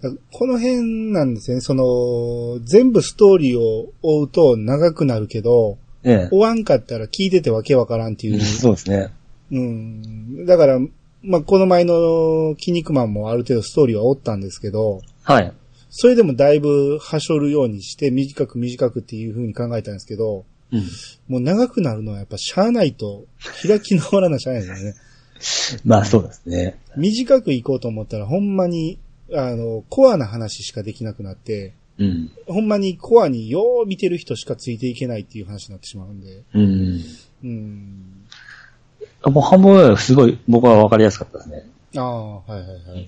Speaker 1: だからこの辺なんですよね。その、全部ストーリーを追うと長くなるけど、
Speaker 2: ええ
Speaker 1: 追わんかったら聞いててわけわからんっていう。
Speaker 2: そうですね。
Speaker 1: うん。だから、まあ、この前のキ肉マンもある程度ストーリーは追ったんですけど、
Speaker 2: はい。
Speaker 1: それでもだいぶはしょるようにして短く短くっていう風に考えたんですけど、
Speaker 2: うん。
Speaker 1: もう長くなるのはやっぱしゃあないと、開き直らなしゃあないですよね。
Speaker 2: まあそうですね。
Speaker 1: 短く行こうと思ったらほんまに、あの、コアな話しかできなくなって、
Speaker 2: うん。
Speaker 1: ほんまにコアによう見てる人しかついていけないっていう話になってしまうんで。
Speaker 2: うん。
Speaker 1: うん。
Speaker 2: もう半分はすごい僕は分かりやすかったですね。
Speaker 1: ああ、はいはいはい。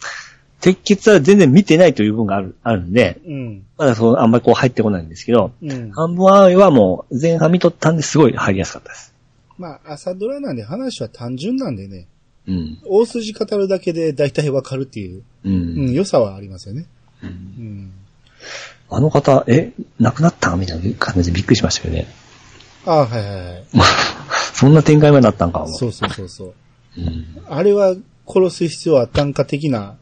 Speaker 2: 鉄血は全然見てないという分がある、あるんで、
Speaker 1: うん。
Speaker 2: まだそう、あんまりこう入ってこないんですけど、
Speaker 1: うん。
Speaker 2: 半分ははもう前半見とったんですごい入りやすかったです。
Speaker 1: まあ、朝ドラなんで話は単純なんでね。
Speaker 2: うん。
Speaker 1: 大筋語るだけで大体わかるっていう、
Speaker 2: う。
Speaker 1: うんん、良さはありますよね。
Speaker 2: う
Speaker 1: うんん。
Speaker 2: あの方、え、亡くなったみたいな感じでびっくりしましたけどね。
Speaker 1: ああ、はいはいはい。
Speaker 2: そんな展開までなったんか、思
Speaker 1: そうそうそうそう。
Speaker 2: う。 うん。
Speaker 1: あれは殺す必要はあったんか的な、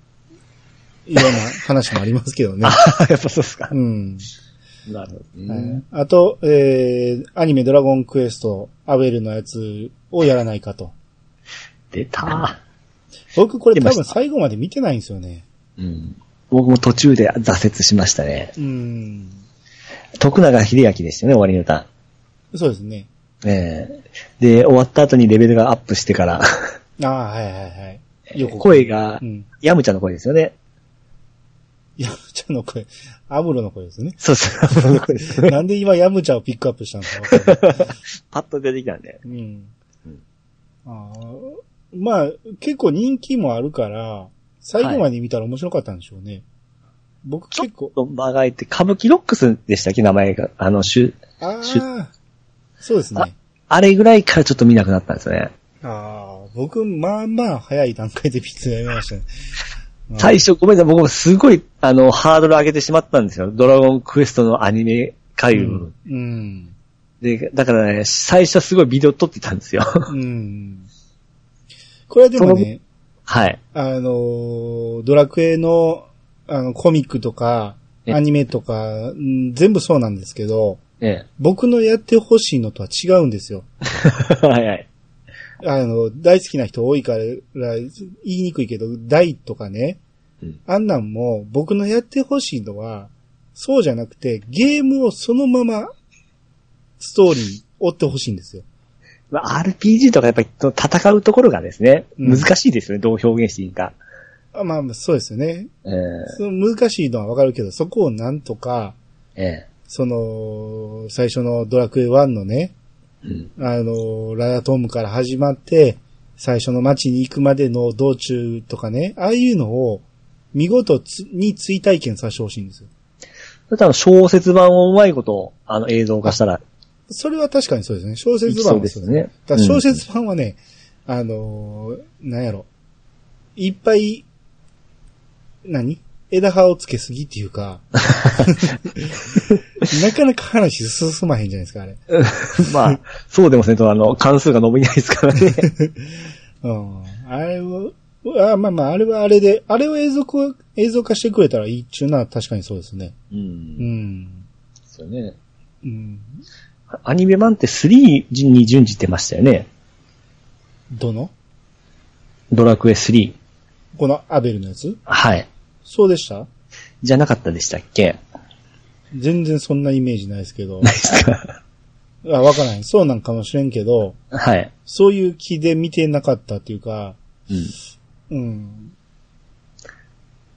Speaker 1: ような話もありますけどね
Speaker 2: あ。やっぱそうですか。
Speaker 1: うん。
Speaker 2: なるほど
Speaker 1: は
Speaker 2: ね
Speaker 1: い。あと、えー、アニメドラゴンクエスト、アベルのやつをやらないかと。
Speaker 2: 出た。
Speaker 1: 僕これ
Speaker 2: 出
Speaker 1: 多
Speaker 2: ました
Speaker 1: 分最後まで見てないんですよね。
Speaker 2: うん。僕も途中で挫折しましたね。
Speaker 1: うん。
Speaker 2: 徳永秀明でしたよね、終わりの歌。
Speaker 1: そうですね。
Speaker 2: ええで、終わった後にレベルがアップしてから、
Speaker 1: ああ、はいはいはい。く
Speaker 2: 声が、
Speaker 1: うん。
Speaker 2: ヤムちゃんの声ですよね。。
Speaker 1: ヤムチャの声、アムロの声ですね
Speaker 2: そうそう、その声ですよね。
Speaker 1: なんで今ヤムチャをピックアップしたのかわかんない
Speaker 2: パッと出てきたんで。
Speaker 1: うん
Speaker 2: うん。
Speaker 1: あーまあ、結構人気もあるから、最後まで見たら面白かったんでしょうね。僕
Speaker 2: ちょ
Speaker 1: 結
Speaker 2: っ
Speaker 1: 構、
Speaker 2: と間が空いて、歌舞伎ロックスでしたっけ、名前が。あの、しゅ、
Speaker 1: あ
Speaker 2: シ
Speaker 1: あ、そうですね。
Speaker 2: あれぐらいからちょっと見なくなったんですよね。
Speaker 1: ああ、僕、まあまあ早い段階で見つめましたね。うん
Speaker 2: 最初、ごめんなさい、僕もすごい、あの、ハードル上げてしまったんですよ。ドラゴンクエストのアニメ回
Speaker 1: う
Speaker 2: 遊、
Speaker 1: ん。うん。
Speaker 2: で、だからね、最初すごいビデオ撮ってた んですよ。
Speaker 1: うん。これはでもね、
Speaker 2: はい。
Speaker 1: あのー、ドラクエの、あの、コミックとか、
Speaker 2: え
Speaker 1: アニメとか、うん全部そうなんですけど、
Speaker 2: ええ。
Speaker 1: 僕のやってほしいのとは違うんですよ。
Speaker 2: はいはい。
Speaker 1: あの、大好きな人多いから言いにくいけど、大とかね、
Speaker 2: うん
Speaker 1: あんなんも僕のやってほしいのは、そうじゃなくて、ゲームをそのまま、ストーリー、追ってほしいんですよ。
Speaker 2: まあ、RPG とかやっぱり戦うところがですね、
Speaker 1: うん
Speaker 2: 難しいですよね、どう表現していいか。
Speaker 1: あまあ、そうですよね。
Speaker 2: え
Speaker 1: その難しいのはわかるけど、そこをなんとか、
Speaker 2: ええ
Speaker 1: その、最初のドラクエ1のね、
Speaker 2: えうん。
Speaker 1: あの、ラダトームから始まって、最初の街に行くまでの道中とかね、ああいうのを、見事つに追体験させてほしいんですよ。
Speaker 2: それとあの小説版をうまいこと、あの映像化したら、
Speaker 1: それは確かにそうですね。小説版はそうです
Speaker 2: いきそうですね
Speaker 1: ね。だから小説版はね、あのーなんやろ。いっぱい、何枝葉をつけすぎっていうか、なかなか話進まへんじゃないですか、あれ。
Speaker 2: まあ、そうでもせんと、あの、関数が伸びないですからね。
Speaker 1: うん。あれを、あまあまあ、あれはあれで、あれを映像化、映像化してくれたらいいっちゅうのは確かにそうですね。
Speaker 2: う。
Speaker 1: うんん。
Speaker 2: そうね。
Speaker 1: うん。
Speaker 2: アニメ版って3に準じてましたよね。
Speaker 1: どの
Speaker 2: ドラクエ3。
Speaker 1: このアベルのやつ
Speaker 2: はい。
Speaker 1: そうでした
Speaker 2: じゃなかったでしたっけ
Speaker 1: 全然そんなイメージないですけど
Speaker 2: な。いですか
Speaker 1: あ、わからない。そうなんかもしれんけど、
Speaker 2: はい。
Speaker 1: そういう気で見てなかったっていうか、
Speaker 2: うん。
Speaker 1: うん。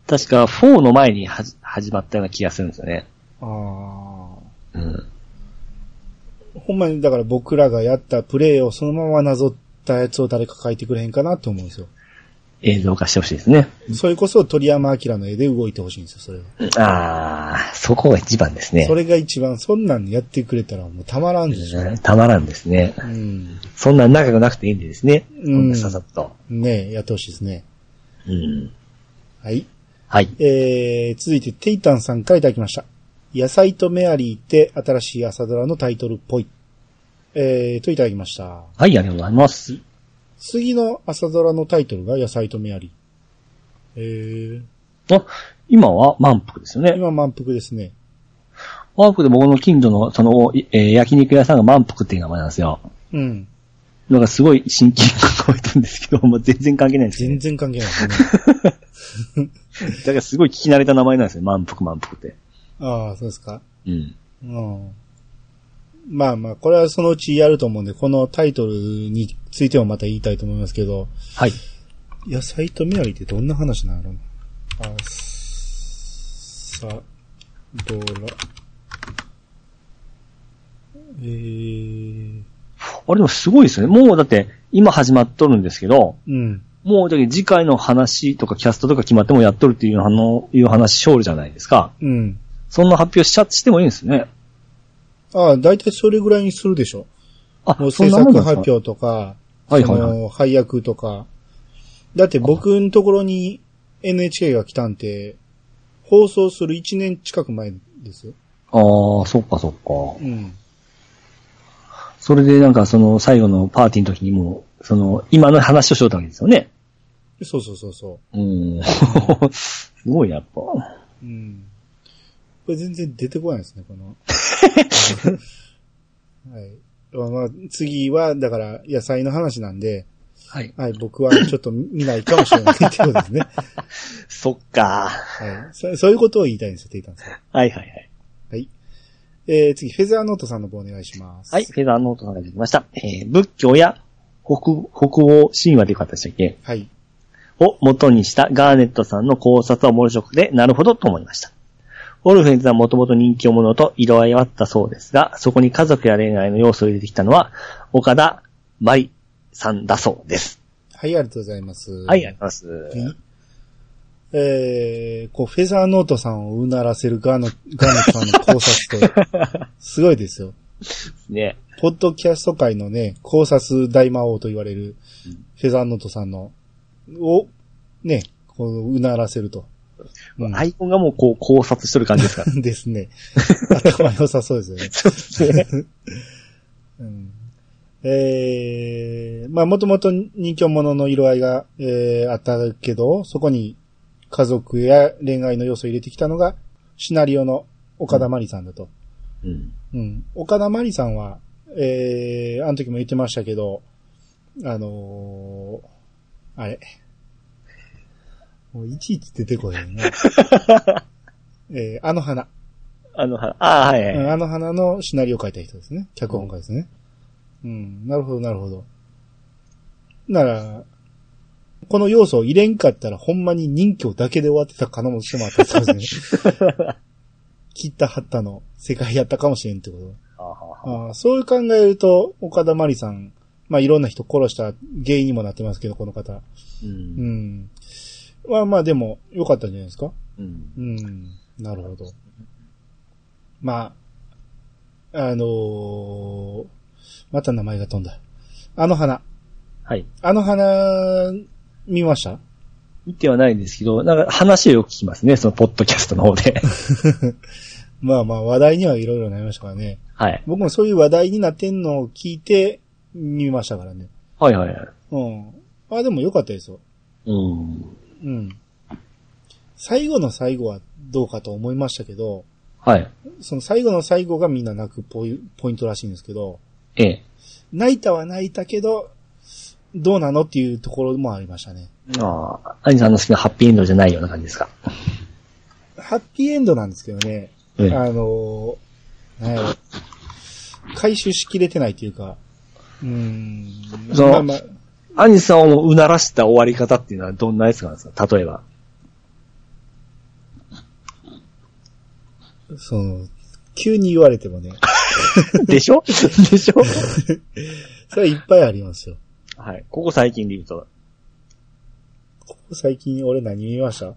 Speaker 2: 確か4の前にはじ始まったような気がするんですよね。
Speaker 1: ああ。
Speaker 2: うん。
Speaker 1: ほんまにだから僕らがやったプレイをそのままなぞったやつを誰か書いてくれへんかなって思うんですよ。
Speaker 2: 映像化してほしいですね。
Speaker 1: それこそ鳥山明の絵で動いてほしいんですよ、それは。
Speaker 2: ああ、そこが一番ですね
Speaker 1: そ。れが一番、そんなんやってくれたらもうたまらんでしょ。
Speaker 2: うんたまらんですね。
Speaker 1: うん。
Speaker 2: そんな長くなくていいんでですね。
Speaker 1: うん
Speaker 2: そんなささっと。
Speaker 1: ねえ、やってほしいですね。
Speaker 2: うん。
Speaker 1: はい。
Speaker 2: はい。
Speaker 1: えー、続いて、テイタンさんからいただきました。野菜とメアリーって新しい朝ドラのタイトルっぽい。えー、といただきました。
Speaker 2: はい、ありがとうございます。
Speaker 1: 次の朝ドラのタイトルが野菜とメアリー。えー、
Speaker 2: あ、今は満腹ですよね。
Speaker 1: 今満腹ですね。
Speaker 2: 満腹で僕の近所の、その、いえー焼肉屋さんが満腹っていう名前なんですよ。
Speaker 1: うん。
Speaker 2: なんかすごい親近感が湧いたんですけど、もう全然関係ないんですよね
Speaker 1: 全然関係ない ですね。
Speaker 2: だからすごい聞き慣れた名前なんですよ。満腹満腹って。
Speaker 1: ああ、そうですか。
Speaker 2: うん。
Speaker 1: うん。まあまあ、これはそのうちやると思うんで、このタイトルについてもまた言いたいと思いますけど、
Speaker 2: はい。
Speaker 1: 野菜とメアリーってどんな話なのあさ、どら。えー、
Speaker 2: あれでもすごいですよね。もうだって、今始まっとるんですけど、
Speaker 1: うん。
Speaker 2: もうだけど次回の話とかキャストとか決まってもやっとるっていう、あの、いう話、勝利じゃないですか。
Speaker 1: うん。
Speaker 2: そんな発表しちゃってしてもいいんですね。
Speaker 1: ああ、だいたいそれぐらいにするでしょ。
Speaker 2: あ
Speaker 1: もう、
Speaker 2: そん
Speaker 1: 制
Speaker 2: なもん
Speaker 1: 作
Speaker 2: なんで
Speaker 1: 発
Speaker 2: すか
Speaker 1: 表とか、
Speaker 2: はいはいはい
Speaker 1: その配役とか。だって僕のところに NHK が来たんて、放送する1年近く前ですよ。
Speaker 2: ああ、そっかそっ
Speaker 1: う
Speaker 2: か。
Speaker 1: ん。
Speaker 2: それでなんかその最後のパーティーの時にも、その、今の話をしようったわけですよね。
Speaker 1: そうそうそうそ
Speaker 2: うん。 すごいなやっぱ。
Speaker 1: う。うん。これ全然出てこないですね、こ の。はい。まあまあ、次は、だから、野菜の話なんで、
Speaker 2: はい。
Speaker 1: はい、僕はちょっと見ないかもしれないってことです ね。
Speaker 2: そっか。
Speaker 1: はい。そそういうことを言いたいんですよ、テイタンさん。
Speaker 2: はいはいはい。
Speaker 1: はい。えー、次、フェザーノートさんの方お願いします。
Speaker 2: はい、フェザーノートさんが出てきました。えー、仏教や北、北欧神話という方でしたっけ
Speaker 1: はい。
Speaker 2: を元にしたガーネットさんの考察は面白くて、なるほどと思いました。オルフェンズはもともと人気者と色合いはあったそうですが、そこに家族や恋愛の要素を入れてきたのは、岡田まりさんだそうです。
Speaker 1: はい、ありがとうございます。
Speaker 2: はい、ありがとうございます。
Speaker 1: はいえー、こう、フェザーノートさんをうならせるガーノ、ガーノさんの考察と、 すごいですよ。
Speaker 2: ね。
Speaker 1: ポッドキャスト界のね、考察大魔王と言われる、フェザーノートさんの、を、ね、こう、うならせると。うん。
Speaker 2: アイコンがもうこう考察してる感じですから
Speaker 1: ですね。 頭良さそうですよね。うんええまあ、もともと人気者の色合いが、えーあったけど、そこに家族や恋愛の要素を入れてきたのが、シナリオの岡田真理さんだと。
Speaker 2: うん。
Speaker 1: うん。岡田真理さんは、えー、あの時も言ってましたけど、あのーあれ。もういちいち出てこへん ね。えー、あの花、
Speaker 2: あの、はあー、はいはい、
Speaker 1: うんあの花のシナリオを書いた人ですね。脚本家ですね。うん、なるほど、なるほど。なら、この要素を入れんかったら、ほんまに任侠だけで終わってた可能性もあったそうですね。切ったはったの世界やったかもしれんってこと。
Speaker 2: あー
Speaker 1: ああそういう考えると、岡田まりさん、まあいろんな人殺した原因にもなってますけど、この方。
Speaker 2: う。
Speaker 1: うんん。まあまあでも、良かったんじゃないですか
Speaker 2: うん。
Speaker 1: うん。なるほど。まあ、あのーまた名前が飛んだ。あの花。
Speaker 2: はい。
Speaker 1: あの花、見ました
Speaker 2: 見てはないんですけど、なんか話をよく聞きますね、そのポッドキャストの方で。
Speaker 1: まあまあ話題にはいろいろなりましたからね。
Speaker 2: はい。
Speaker 1: 僕もそういう話題になってんのを聞いて見ましたからね。
Speaker 2: はいはいはい。
Speaker 1: うん。あ、でも良かったですよ。
Speaker 2: うん。
Speaker 1: うん。最後の最後はどうかと思いましたけど、
Speaker 2: はい。
Speaker 1: その最後の最後がみんな泣くポイポイントらしいんですけど、
Speaker 2: ええ。
Speaker 1: 泣いたは泣いたけど、どうなのっていうところもありましたね。
Speaker 2: ああ、アニさんの好きなハッピーエンドじゃないような感じですか。
Speaker 1: ハッピーエンドなんですけどね、
Speaker 2: ええ
Speaker 1: あのー、なんやろ回収しきれてないというか、うーん。
Speaker 2: そう
Speaker 1: まあまあ
Speaker 2: アニさんをうならした終わり方っていうのはどんなやつなんですか例えば。
Speaker 1: その、急に言われてもね、
Speaker 2: でしょでしょ
Speaker 1: それはいっぱいありますよ。
Speaker 2: はい。ここ最近で言うと。
Speaker 1: ここ最近俺何見ました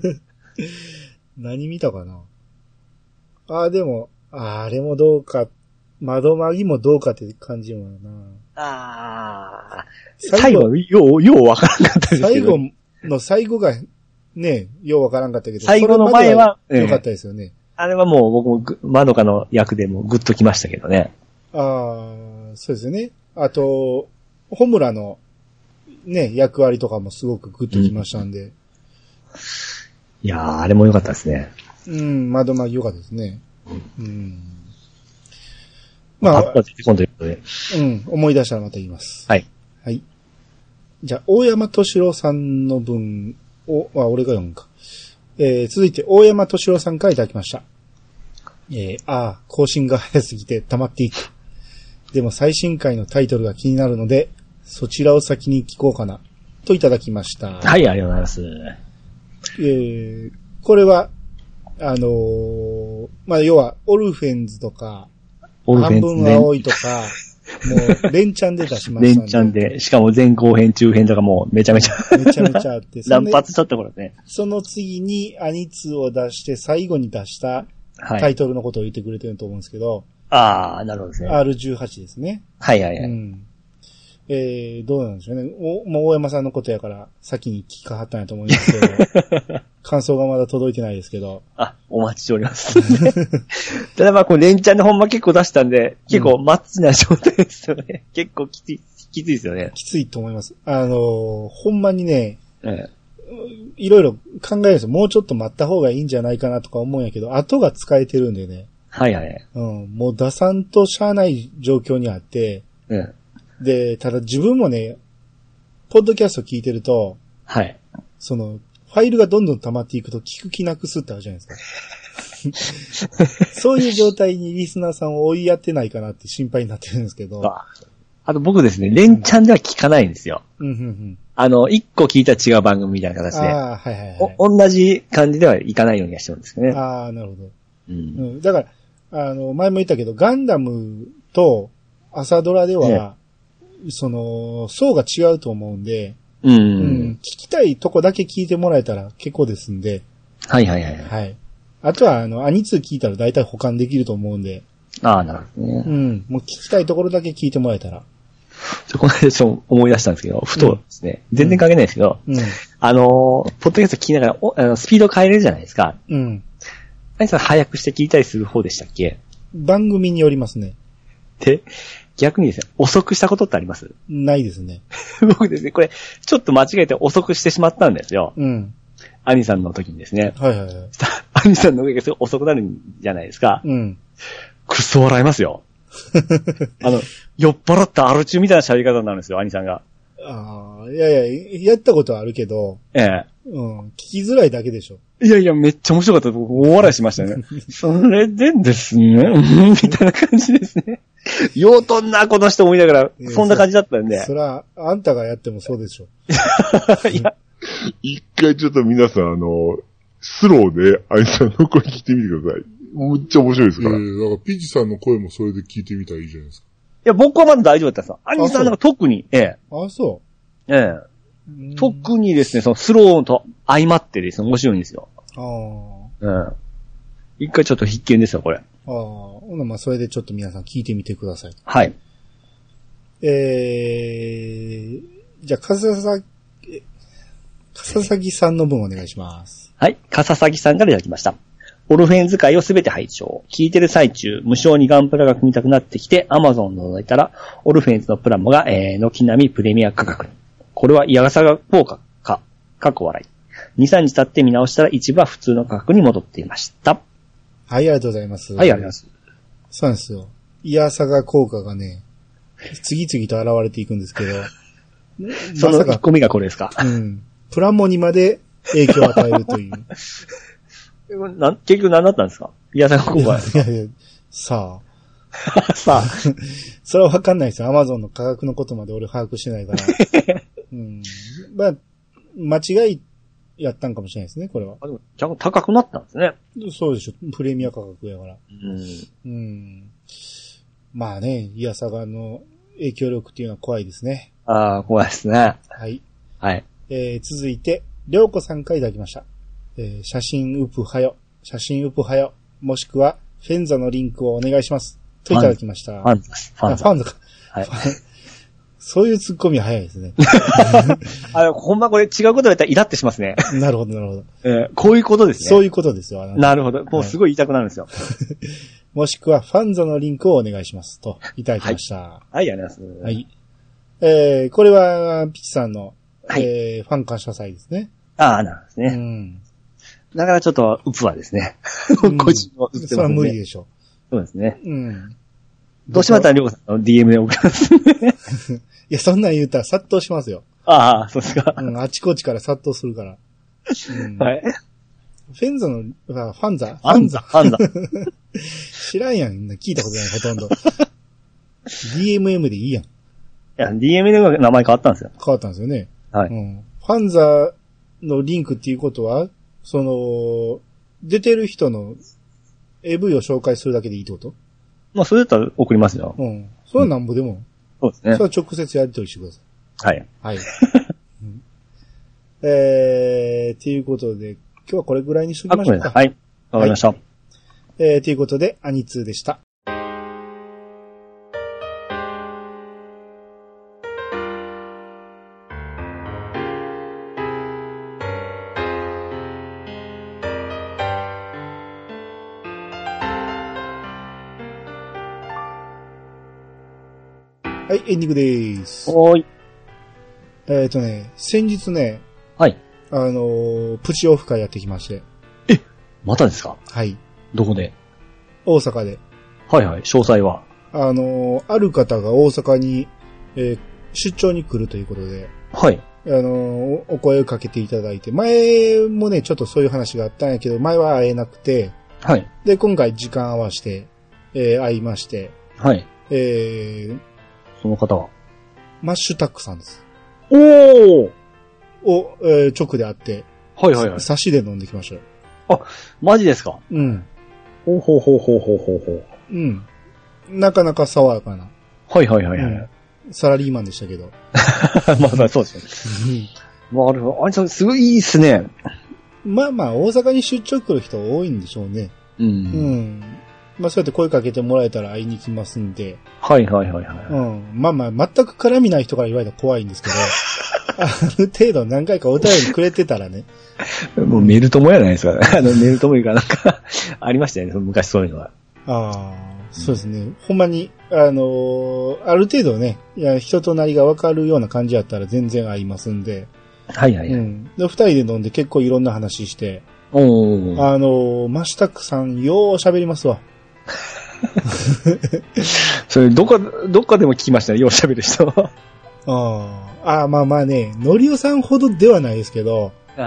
Speaker 1: 何見たかなああ、でも、あーあれもどうか、窓まぎもどうかって感じもな。
Speaker 2: ああ。
Speaker 1: 最
Speaker 2: 最
Speaker 1: 後
Speaker 2: 後、よう、ようわからんかったですけ
Speaker 1: 最
Speaker 2: ど。
Speaker 1: 後の最後が、ね、ようわからんかったけど、
Speaker 2: 最後の前は
Speaker 1: それまで良かったですよね。
Speaker 2: あれはもう僕もぐ、まどかの役でもグッときましたけどね。
Speaker 1: ああ、そうですよね。あと、ホムラの、ね、役割とかもすごくグッときましたんで、
Speaker 2: いやー、あれも良かったですね。
Speaker 1: うん、窓まぎ良かったですね。うん。ま
Speaker 2: あ
Speaker 1: あ
Speaker 2: っ、た出てこんということで。
Speaker 1: うん、思い出したらまた言います。
Speaker 2: はい。
Speaker 1: はい。じゃあ、大山敏郎さんの文を、あ、俺が読むか。えー、続いて、大山敏郎さんからいただきました。えー、ああ、更新が早すぎて溜まっていく。でも最新回のタイトルが気になるので、そちらを先に聞こうかな、といただきました。
Speaker 2: はい、ありがとうございます。
Speaker 1: えー、これは、あのーまあ、要は、オルフェンズとか、
Speaker 2: オルフェ
Speaker 1: 半
Speaker 2: ンス
Speaker 1: 分
Speaker 2: ね。
Speaker 1: 青いとか、もう、連チャンで出しましたんで。
Speaker 2: 連チャンで、しかも前後編、中編とかもうめちゃめちゃ
Speaker 1: めちゃめちゃあって、そ
Speaker 2: 乱
Speaker 1: の
Speaker 2: 発しちゃった頃ね。
Speaker 1: その次にアニツを出して最後に出した
Speaker 2: は
Speaker 1: タ
Speaker 2: い
Speaker 1: イ。トルのことを言ってくれてると思うんですけど、
Speaker 2: あー、なるほどですね。
Speaker 1: R18 ですね。
Speaker 2: はいはいは
Speaker 1: う
Speaker 2: い。
Speaker 1: ん。えー、どうなんでしょうね。おもう大山さんのことやから先に聞かはったんやと思いますけど、 感想がまだ届いてないですけど、
Speaker 2: あ、お待ちしております。 ただまあ、こう、連チャンでほんま結構出したんで、結構マッチな状態ですよね。 結構きつい、きついですよね。
Speaker 1: きついと思います。あのーほんまにね、
Speaker 2: え
Speaker 1: いろいろ考えるんですよ。もうちょっと待った方がいいんじゃないかなとか思うんやけど、後が使えてるんでね。
Speaker 2: はいはいはい。
Speaker 1: うん、もう出さんとしゃあない状況にあって、
Speaker 2: うん。
Speaker 1: で、ただ自分もね、ポッドキャスト聞いてると、
Speaker 2: はい。
Speaker 1: その、ファイルがどんどん溜まっていくと聞く気なくすってあるじゃないですか。 そういう状態にリスナーさんを追いやってないかなって心配になってるんですけど。
Speaker 2: ああと僕ですね、連チャンでは聞かないんですよ。
Speaker 1: うんうんうん。
Speaker 2: あの、一個聞いたら違う番組みたいな形で、
Speaker 1: ああ、はいはいはい。
Speaker 2: お同じ感じではいかないようにはしてるんですけどね。
Speaker 1: ああ、なるほど。
Speaker 2: う。
Speaker 1: うんん。だから、あの、前も言ったけど、ガンダムと朝ドラでは、その、層が違うと思うんで、う
Speaker 2: う
Speaker 1: ん
Speaker 2: ん。
Speaker 1: 聞きたいとこだけ聞いてもらえたら結構ですんで、
Speaker 2: はいはいはいはい。
Speaker 1: はい。あとは、あの、アニツー聞いたら大体保管できると思うんで、
Speaker 2: ああ、なるほど
Speaker 1: う
Speaker 2: ね。
Speaker 1: ん。もう聞きたいところだけ聞いてもらえたら。
Speaker 2: ちょこの間ちょっと思い出したんですけど、ふとですね、全然関係ないですけど、
Speaker 1: うん。
Speaker 2: あのー、ポッドキャスト聞きながら、おあのスピード変えれるじゃないですか。
Speaker 1: うん。
Speaker 2: 何さん早くして聞いたりする方でしたっけ
Speaker 1: 番組によりますね。
Speaker 2: で、逆にですね、遅くしたことってあります
Speaker 1: ないですね。
Speaker 2: 僕ですね、これ、ちょっと間違えて遅くしてしまったんですよ。
Speaker 1: うん。
Speaker 2: アニさんの時にですね。
Speaker 1: はいはいはい。
Speaker 2: アニさんの時がすごい遅くなるじゃないですか。
Speaker 1: うん。
Speaker 2: くそ笑いますよ。あの、酔っ払ったアル中みたいな喋り方になるんですよ、アニさんが。
Speaker 1: ああ、いやいや、やったことはあるけど、
Speaker 2: ええ。
Speaker 1: うん。聞きづらいだけでしょ。
Speaker 2: いやいや、めっちゃ面白かった。僕、大笑いしました ね。それでですね、うんみたいな感じですね。ようとんな、この人思いながら
Speaker 1: え、え
Speaker 2: そんな感じだったんで。
Speaker 1: そら、あんたがやってもそうでしょ。
Speaker 2: いや、
Speaker 4: 一回ちょっと皆さん、あの、スローで、アイさんの声聞いてみてください。むっちゃ面白いです
Speaker 5: え
Speaker 4: から。
Speaker 5: ー、だからピッチさんの声もそれで聞いてみたらいいじゃないですか。
Speaker 2: いや、僕はまだ大丈夫だったんですよ。アニさんなんか特に、ええ、
Speaker 1: ああ、そ
Speaker 2: ええ、
Speaker 1: ううん。
Speaker 2: 特にですね、そのスローと相まってですね、面白いんですよ。
Speaker 1: ああ。
Speaker 2: うん。一回ちょっと必見ですよ、これ。
Speaker 1: ああ。ほな、まあ、それでちょっと皆さん聞いてみてください。
Speaker 2: はい。
Speaker 1: えー、じゃあ、かずささ、え笠崎さんの分お願いします。
Speaker 2: はい。笠崎さんからいただきました。オルフェン使いをすべて拝聴。聞いてる最中、無償にガンプラが組みたくなってきて、アマゾンを覗いたら、オルフェンズのプラモが、えー、軒並みプレミア価格に。これは嫌がさが効果か、かっこ笑い。2、3日経って見直したら一部は普通の価格に戻っていました。は
Speaker 1: はい、ありがとうございます。
Speaker 2: い、ありがとうございます。
Speaker 1: す。そうなんですよ。イヤサガ効果がね、次々と現れていくんですけど、
Speaker 2: そ
Speaker 1: ま
Speaker 2: の
Speaker 1: さか
Speaker 2: 1個目がこれですか。
Speaker 1: うん。プラモにまで影響を与えると いう。
Speaker 2: なん結局何だったんですか嫌さが効
Speaker 1: い
Speaker 2: 果
Speaker 1: や
Speaker 2: です。
Speaker 1: いやいや、さあ、
Speaker 2: さあ、
Speaker 1: それはわかんないですよ。アマゾンの価格のことまで俺把握してないから。 うん。まあ、間違いやったんかもしれないですね、これは。
Speaker 2: あでもちゃんと高くなったんですね。
Speaker 1: そうでしょ。プレミア価格やから。
Speaker 2: うん。
Speaker 1: うん。まあね、イヤサガの影響力っていうのは怖いですね。
Speaker 2: ああ、怖いですね。
Speaker 1: はい。
Speaker 2: はい。
Speaker 1: えー、続いて、りょうこさんからいただきました。えー、写真ウプはよ、写真ウプはよ、もしくは、フェンザのリンクをお願いします。といただきました。
Speaker 2: ファンです。ファ
Speaker 1: あ
Speaker 2: ンです
Speaker 1: フ。ァンザか。
Speaker 2: はい。
Speaker 1: そういう突っ込みは早い ですね。
Speaker 2: あ、ほんまこれ違うことだったらイラってしますね。
Speaker 1: なるほど、なるほど。
Speaker 2: えーこういうことですね。
Speaker 1: そういうことですよ。あの
Speaker 2: なるほど。もうすごい言いたくなるんですよ。
Speaker 1: もしくは、ファンザのリンクをお願いします。と、いただきました。は
Speaker 2: はい、ありがとうご
Speaker 1: い。
Speaker 2: ざいます。
Speaker 1: えー、これは、ピチさんの、
Speaker 2: はい
Speaker 1: えー、ファン感謝祭ですね。
Speaker 2: ああ、なるんです
Speaker 1: う
Speaker 2: ね。
Speaker 1: ん。
Speaker 2: だからちょっと、ウプはですね。
Speaker 1: うん
Speaker 2: 個人を売ってますね
Speaker 1: それは無理でしょ
Speaker 2: そうですね。
Speaker 1: う。うん。
Speaker 2: どうしまったらりょうさんの DM で送ります。
Speaker 1: いや、そんなん言うたら殺到しますよ。
Speaker 2: ああ、そうですか。
Speaker 1: うん、あちこちから殺到するから。うん
Speaker 2: はい。
Speaker 1: フェンザの、あファンザフ
Speaker 2: ファンザ、ファンザ。
Speaker 1: 知らんやん。聞いたことない、ほとんど。DMM でいいやん。
Speaker 2: いや、DM でも名前変わったんですよ。
Speaker 1: 変わったんですよね。
Speaker 2: は
Speaker 1: う
Speaker 2: い。
Speaker 1: ん。ファンザのリンクっていうことは、その、出てる人の AV を紹介するだけでいいってこと
Speaker 2: まあ、それだったら送りますよ。
Speaker 1: うん。それはなんぼでも。
Speaker 2: そうです
Speaker 1: それ
Speaker 2: ね。
Speaker 1: は直接やりとりしてください。
Speaker 2: は
Speaker 1: は
Speaker 2: い。
Speaker 1: い。うん えー、ということで、今日はこれぐらいにしとき
Speaker 2: あ、
Speaker 1: ま
Speaker 2: こ
Speaker 1: しょ
Speaker 2: れ
Speaker 1: うか。
Speaker 2: はい。わかりました。
Speaker 1: えー、ということで、アニツーでした。はい、エンディングです。
Speaker 2: おーい。
Speaker 1: えっ、ー、とね、先日ね、
Speaker 2: はい。
Speaker 1: あのープチオフ会やってきまして、
Speaker 2: またですか
Speaker 1: はい、
Speaker 2: どこで
Speaker 1: 大阪で。
Speaker 2: はいはい。詳細は。
Speaker 1: あの、ある方が大阪に、えー出張に来るということで、
Speaker 2: はい。
Speaker 1: あの、おお声をかけていただいて、前もね、ちょっとそういう話があったんやけど、前は会えなくて、
Speaker 2: はい。
Speaker 1: で、今回時間合わせて、えー会いまして、
Speaker 2: はい。
Speaker 1: えー
Speaker 2: その方は。
Speaker 1: マッシュタックさんです。
Speaker 2: おー
Speaker 1: を、えー直で会って、
Speaker 2: はいはいはい。
Speaker 1: 差しで飲んできましたよ。
Speaker 2: マジですか
Speaker 1: うん。
Speaker 2: ほうほうほうほうほうほうほう。
Speaker 1: うん。なかなか爽やかな。
Speaker 2: はいはいはいはい。
Speaker 1: うんサラリーマンでしたけど。
Speaker 2: まあまあそうですね。なるほど。あれさん、すごいいいっすね。
Speaker 1: まあまあ、大阪に出張来る人多いんでしょうね。
Speaker 2: う。
Speaker 1: うんん。まあそうやって声かけてもらえたら会いに来ますんで。
Speaker 2: はいはいはいうは
Speaker 1: ん。まあまあ、全く絡みない人から言われたら怖いんです けど、ある程度何回かお便りくれてたらね。
Speaker 2: い。もうメルトモやないですかね。 あの、メルトモいうかなんか、ありましたよね、その昔そういうのは。
Speaker 1: ああ、そうですね。ほんまに、あのーある程度ね、いや人となりがわかるような感じやったら全然合いますんで。
Speaker 2: はいはいうはい。
Speaker 1: ん。で、二人で飲んで結構いろんな話して、
Speaker 2: おー。
Speaker 1: あのーマシタクさんよう喋りますわ。
Speaker 2: それ、どっか、どっかでも聞きましたね、よう喋る人。 は
Speaker 1: あーあー、まあまあね、のりおさんほどではないですけど、
Speaker 2: い。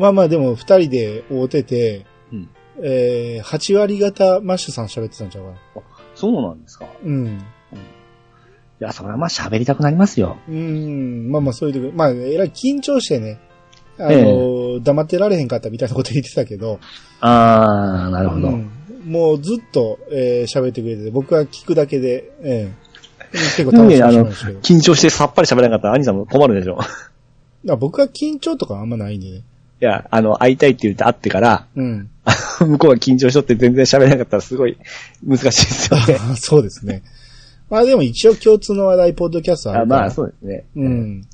Speaker 1: まあまあでも二人で会うてて、
Speaker 2: うん
Speaker 1: えー、8割方マッシュさん喋ってたんちゃうかな。
Speaker 2: そうなんですか。い
Speaker 1: うん。
Speaker 2: や、それはまあ喋りたくなりますよ。
Speaker 1: うん、まあまあそういう時、まあえらい緊張してね、あの、
Speaker 2: え
Speaker 1: 黙ってられへんかったみたいなこと言ってたけど、
Speaker 2: あー、なるほど。
Speaker 1: うんもうずっと喋、えー、喋ってくれてて、僕は聞くだけで、ええ結構楽しみにしてましたけど、
Speaker 2: 緊張してさっぱり喋らなかったら、兄さんも困るでしょ。
Speaker 1: あ僕は緊張とかあんまないんでね。
Speaker 2: いや、あの、会いたいって言って会ってから、
Speaker 1: うん。
Speaker 2: 向こうが緊張しとって全然喋れなかったらすごい難しいですよね。
Speaker 1: そうですね。まあでも一応共通の話題、ポッドキャストあ
Speaker 2: あ
Speaker 1: るから。
Speaker 2: まあ、そうですね。
Speaker 1: うん。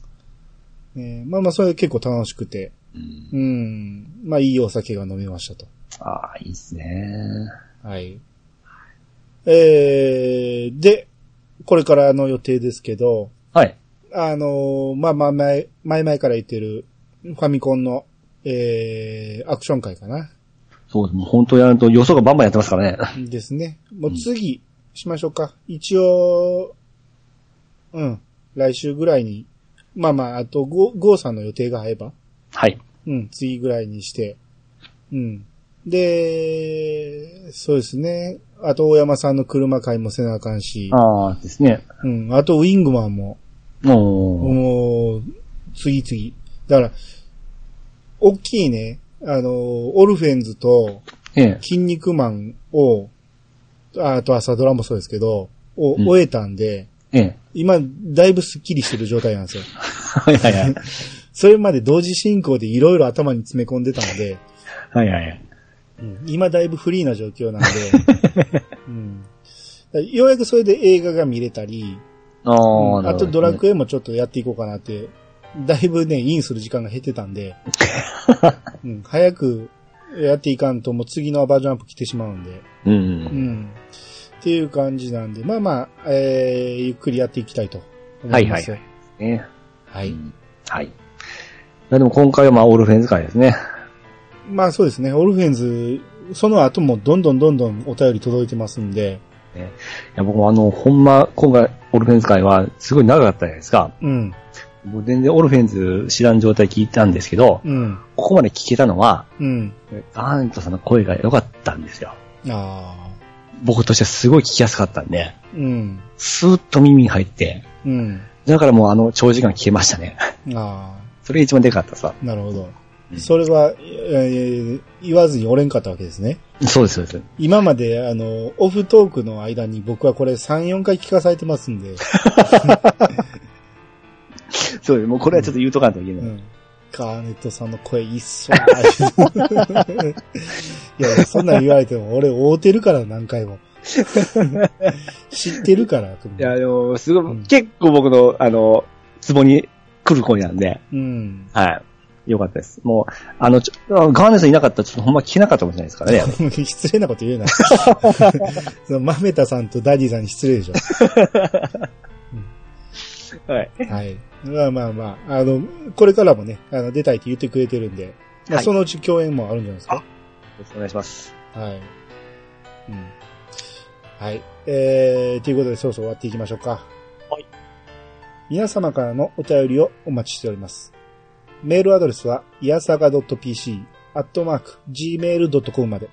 Speaker 1: えーまあまあ、それは結構楽しくて、
Speaker 2: うん、
Speaker 1: うん、まあ、いいお酒が飲めましたと。
Speaker 2: ああ、いいっすね。
Speaker 1: はい。えー、で、これからの予定ですけど、
Speaker 2: はい。
Speaker 1: あのーまあまあ前、前々から言ってるファミコンの、えー、アクション会かな。
Speaker 2: そうです。もう本当やると予想がバンバンやってますからね。
Speaker 1: ですね。もう次、しましょうか。一応、うん、来週ぐらいに、まあまあ、あと、ゴーゴーさんの予定が合えば、
Speaker 2: はい。
Speaker 1: うん、次ぐらいにして、うん。で、そうですね。あと、大山さんの車買いもせなあかんし、
Speaker 2: ああ、ですね。
Speaker 1: うん、あと、ウィングマンも、
Speaker 2: もう、
Speaker 1: もう、次々。だから、大きいね、あの、オルフェンズと、
Speaker 2: ええ。
Speaker 1: 筋肉マンを、ああと朝ドラもそうですけど、を、
Speaker 2: うん
Speaker 1: 終えたんで、
Speaker 2: ええ。
Speaker 1: 今、だいぶスッキリしてる状態なんですよ。
Speaker 2: はいはいはい。
Speaker 1: それまで同時進行でいろいろ頭に詰め込んでたので、
Speaker 2: はいはいはい。
Speaker 1: うん今だいぶフリーな状況なんで、 うんだからようやくそれで映画が見れたり、
Speaker 2: ああ、な
Speaker 1: あ
Speaker 2: るほど
Speaker 1: とドラクエもちょっとやっていこうかなって、だいぶね、インする時間が減ってたん で、うん、早くやっていかんともう次のバージョンアップ来てしまうんで、う
Speaker 2: う。
Speaker 1: んん。っていう感じなんで、まあまあ、えー、ゆっくりやっていきたいと思います。
Speaker 2: はいね
Speaker 1: はい。はい。
Speaker 2: はい。いやでも今回はまあオールフェンズ会ですね。
Speaker 1: まあそうですね、オルフェンズ、その後もどんどんどんどんお便り届いてますんで、
Speaker 2: いや僕もあの、ほんま、今回オールフェンズ会はすごい長かったじゃないですか。
Speaker 1: うん、
Speaker 2: 僕全然オールフェンズ知らん状態聞いたんですけど、
Speaker 1: うん、
Speaker 2: ここまで聞けたのは、
Speaker 1: うん。
Speaker 2: ガーントさんの声が良かったんですよ。
Speaker 1: ああ、
Speaker 2: 僕としてはすごい聞きやすかったんで、
Speaker 1: うん、
Speaker 2: スーッと耳に入って、
Speaker 1: うん、
Speaker 2: だからもうあの、長時間聞けましたね。
Speaker 1: ああ。
Speaker 2: それが一番でかかったさ。
Speaker 1: なるほど
Speaker 2: う。ん
Speaker 1: それは、えー言わずに折れんかったわけですね。
Speaker 2: そうです、そうです。
Speaker 1: 今まで、あの、オフトークの間に僕はこれ3、4回聞かされてますんで、
Speaker 2: そうです。もうこれはちょっと言うとかんといけな
Speaker 1: う
Speaker 2: い。
Speaker 1: ん、ガーネットさんの声いっそーいや、そんなん言われても俺追うてるから何 回も。知ってるからと思
Speaker 2: いや、
Speaker 1: う。
Speaker 2: でも、すごい、
Speaker 1: うん
Speaker 2: 結構僕の、あの、ツボに来る声なんで、
Speaker 1: うん。
Speaker 2: はい。よかったです。もう、あの、ちょあのガーネさんいなかったら、ちょっとほんま聞けなかったかもしれないですからね。
Speaker 1: 失礼なこと言うな。 そのマメタさんとダディさんに失礼でしょ。
Speaker 2: はい。
Speaker 1: はい。まあまあまあ、あの、これからもね、あの、出たいって言ってくれてるんで、まあ
Speaker 2: はい
Speaker 1: そのうち共演もあるんじゃないですか。
Speaker 2: お願いします。
Speaker 1: はい。うん。はい。えー、ということで、そろそろ終わっていきましょうか。
Speaker 2: はい。
Speaker 1: 皆様からのお便りをお待ちしております。メールアドレスは、いやさが .pc、アットマーク、gmail.com まで。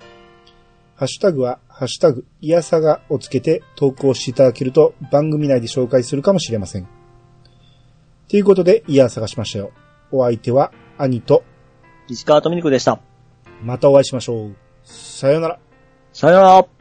Speaker 1: ハッシュタグは、ハッシュタグ、いやさがをつけて投稿していただけると、番組内で紹介するかもしれません。ということで、いやさがしましたよ。お相手は、兄と、
Speaker 2: 石川とみにくでした。
Speaker 1: またお会いしましょう。さようなら。
Speaker 2: さよなら。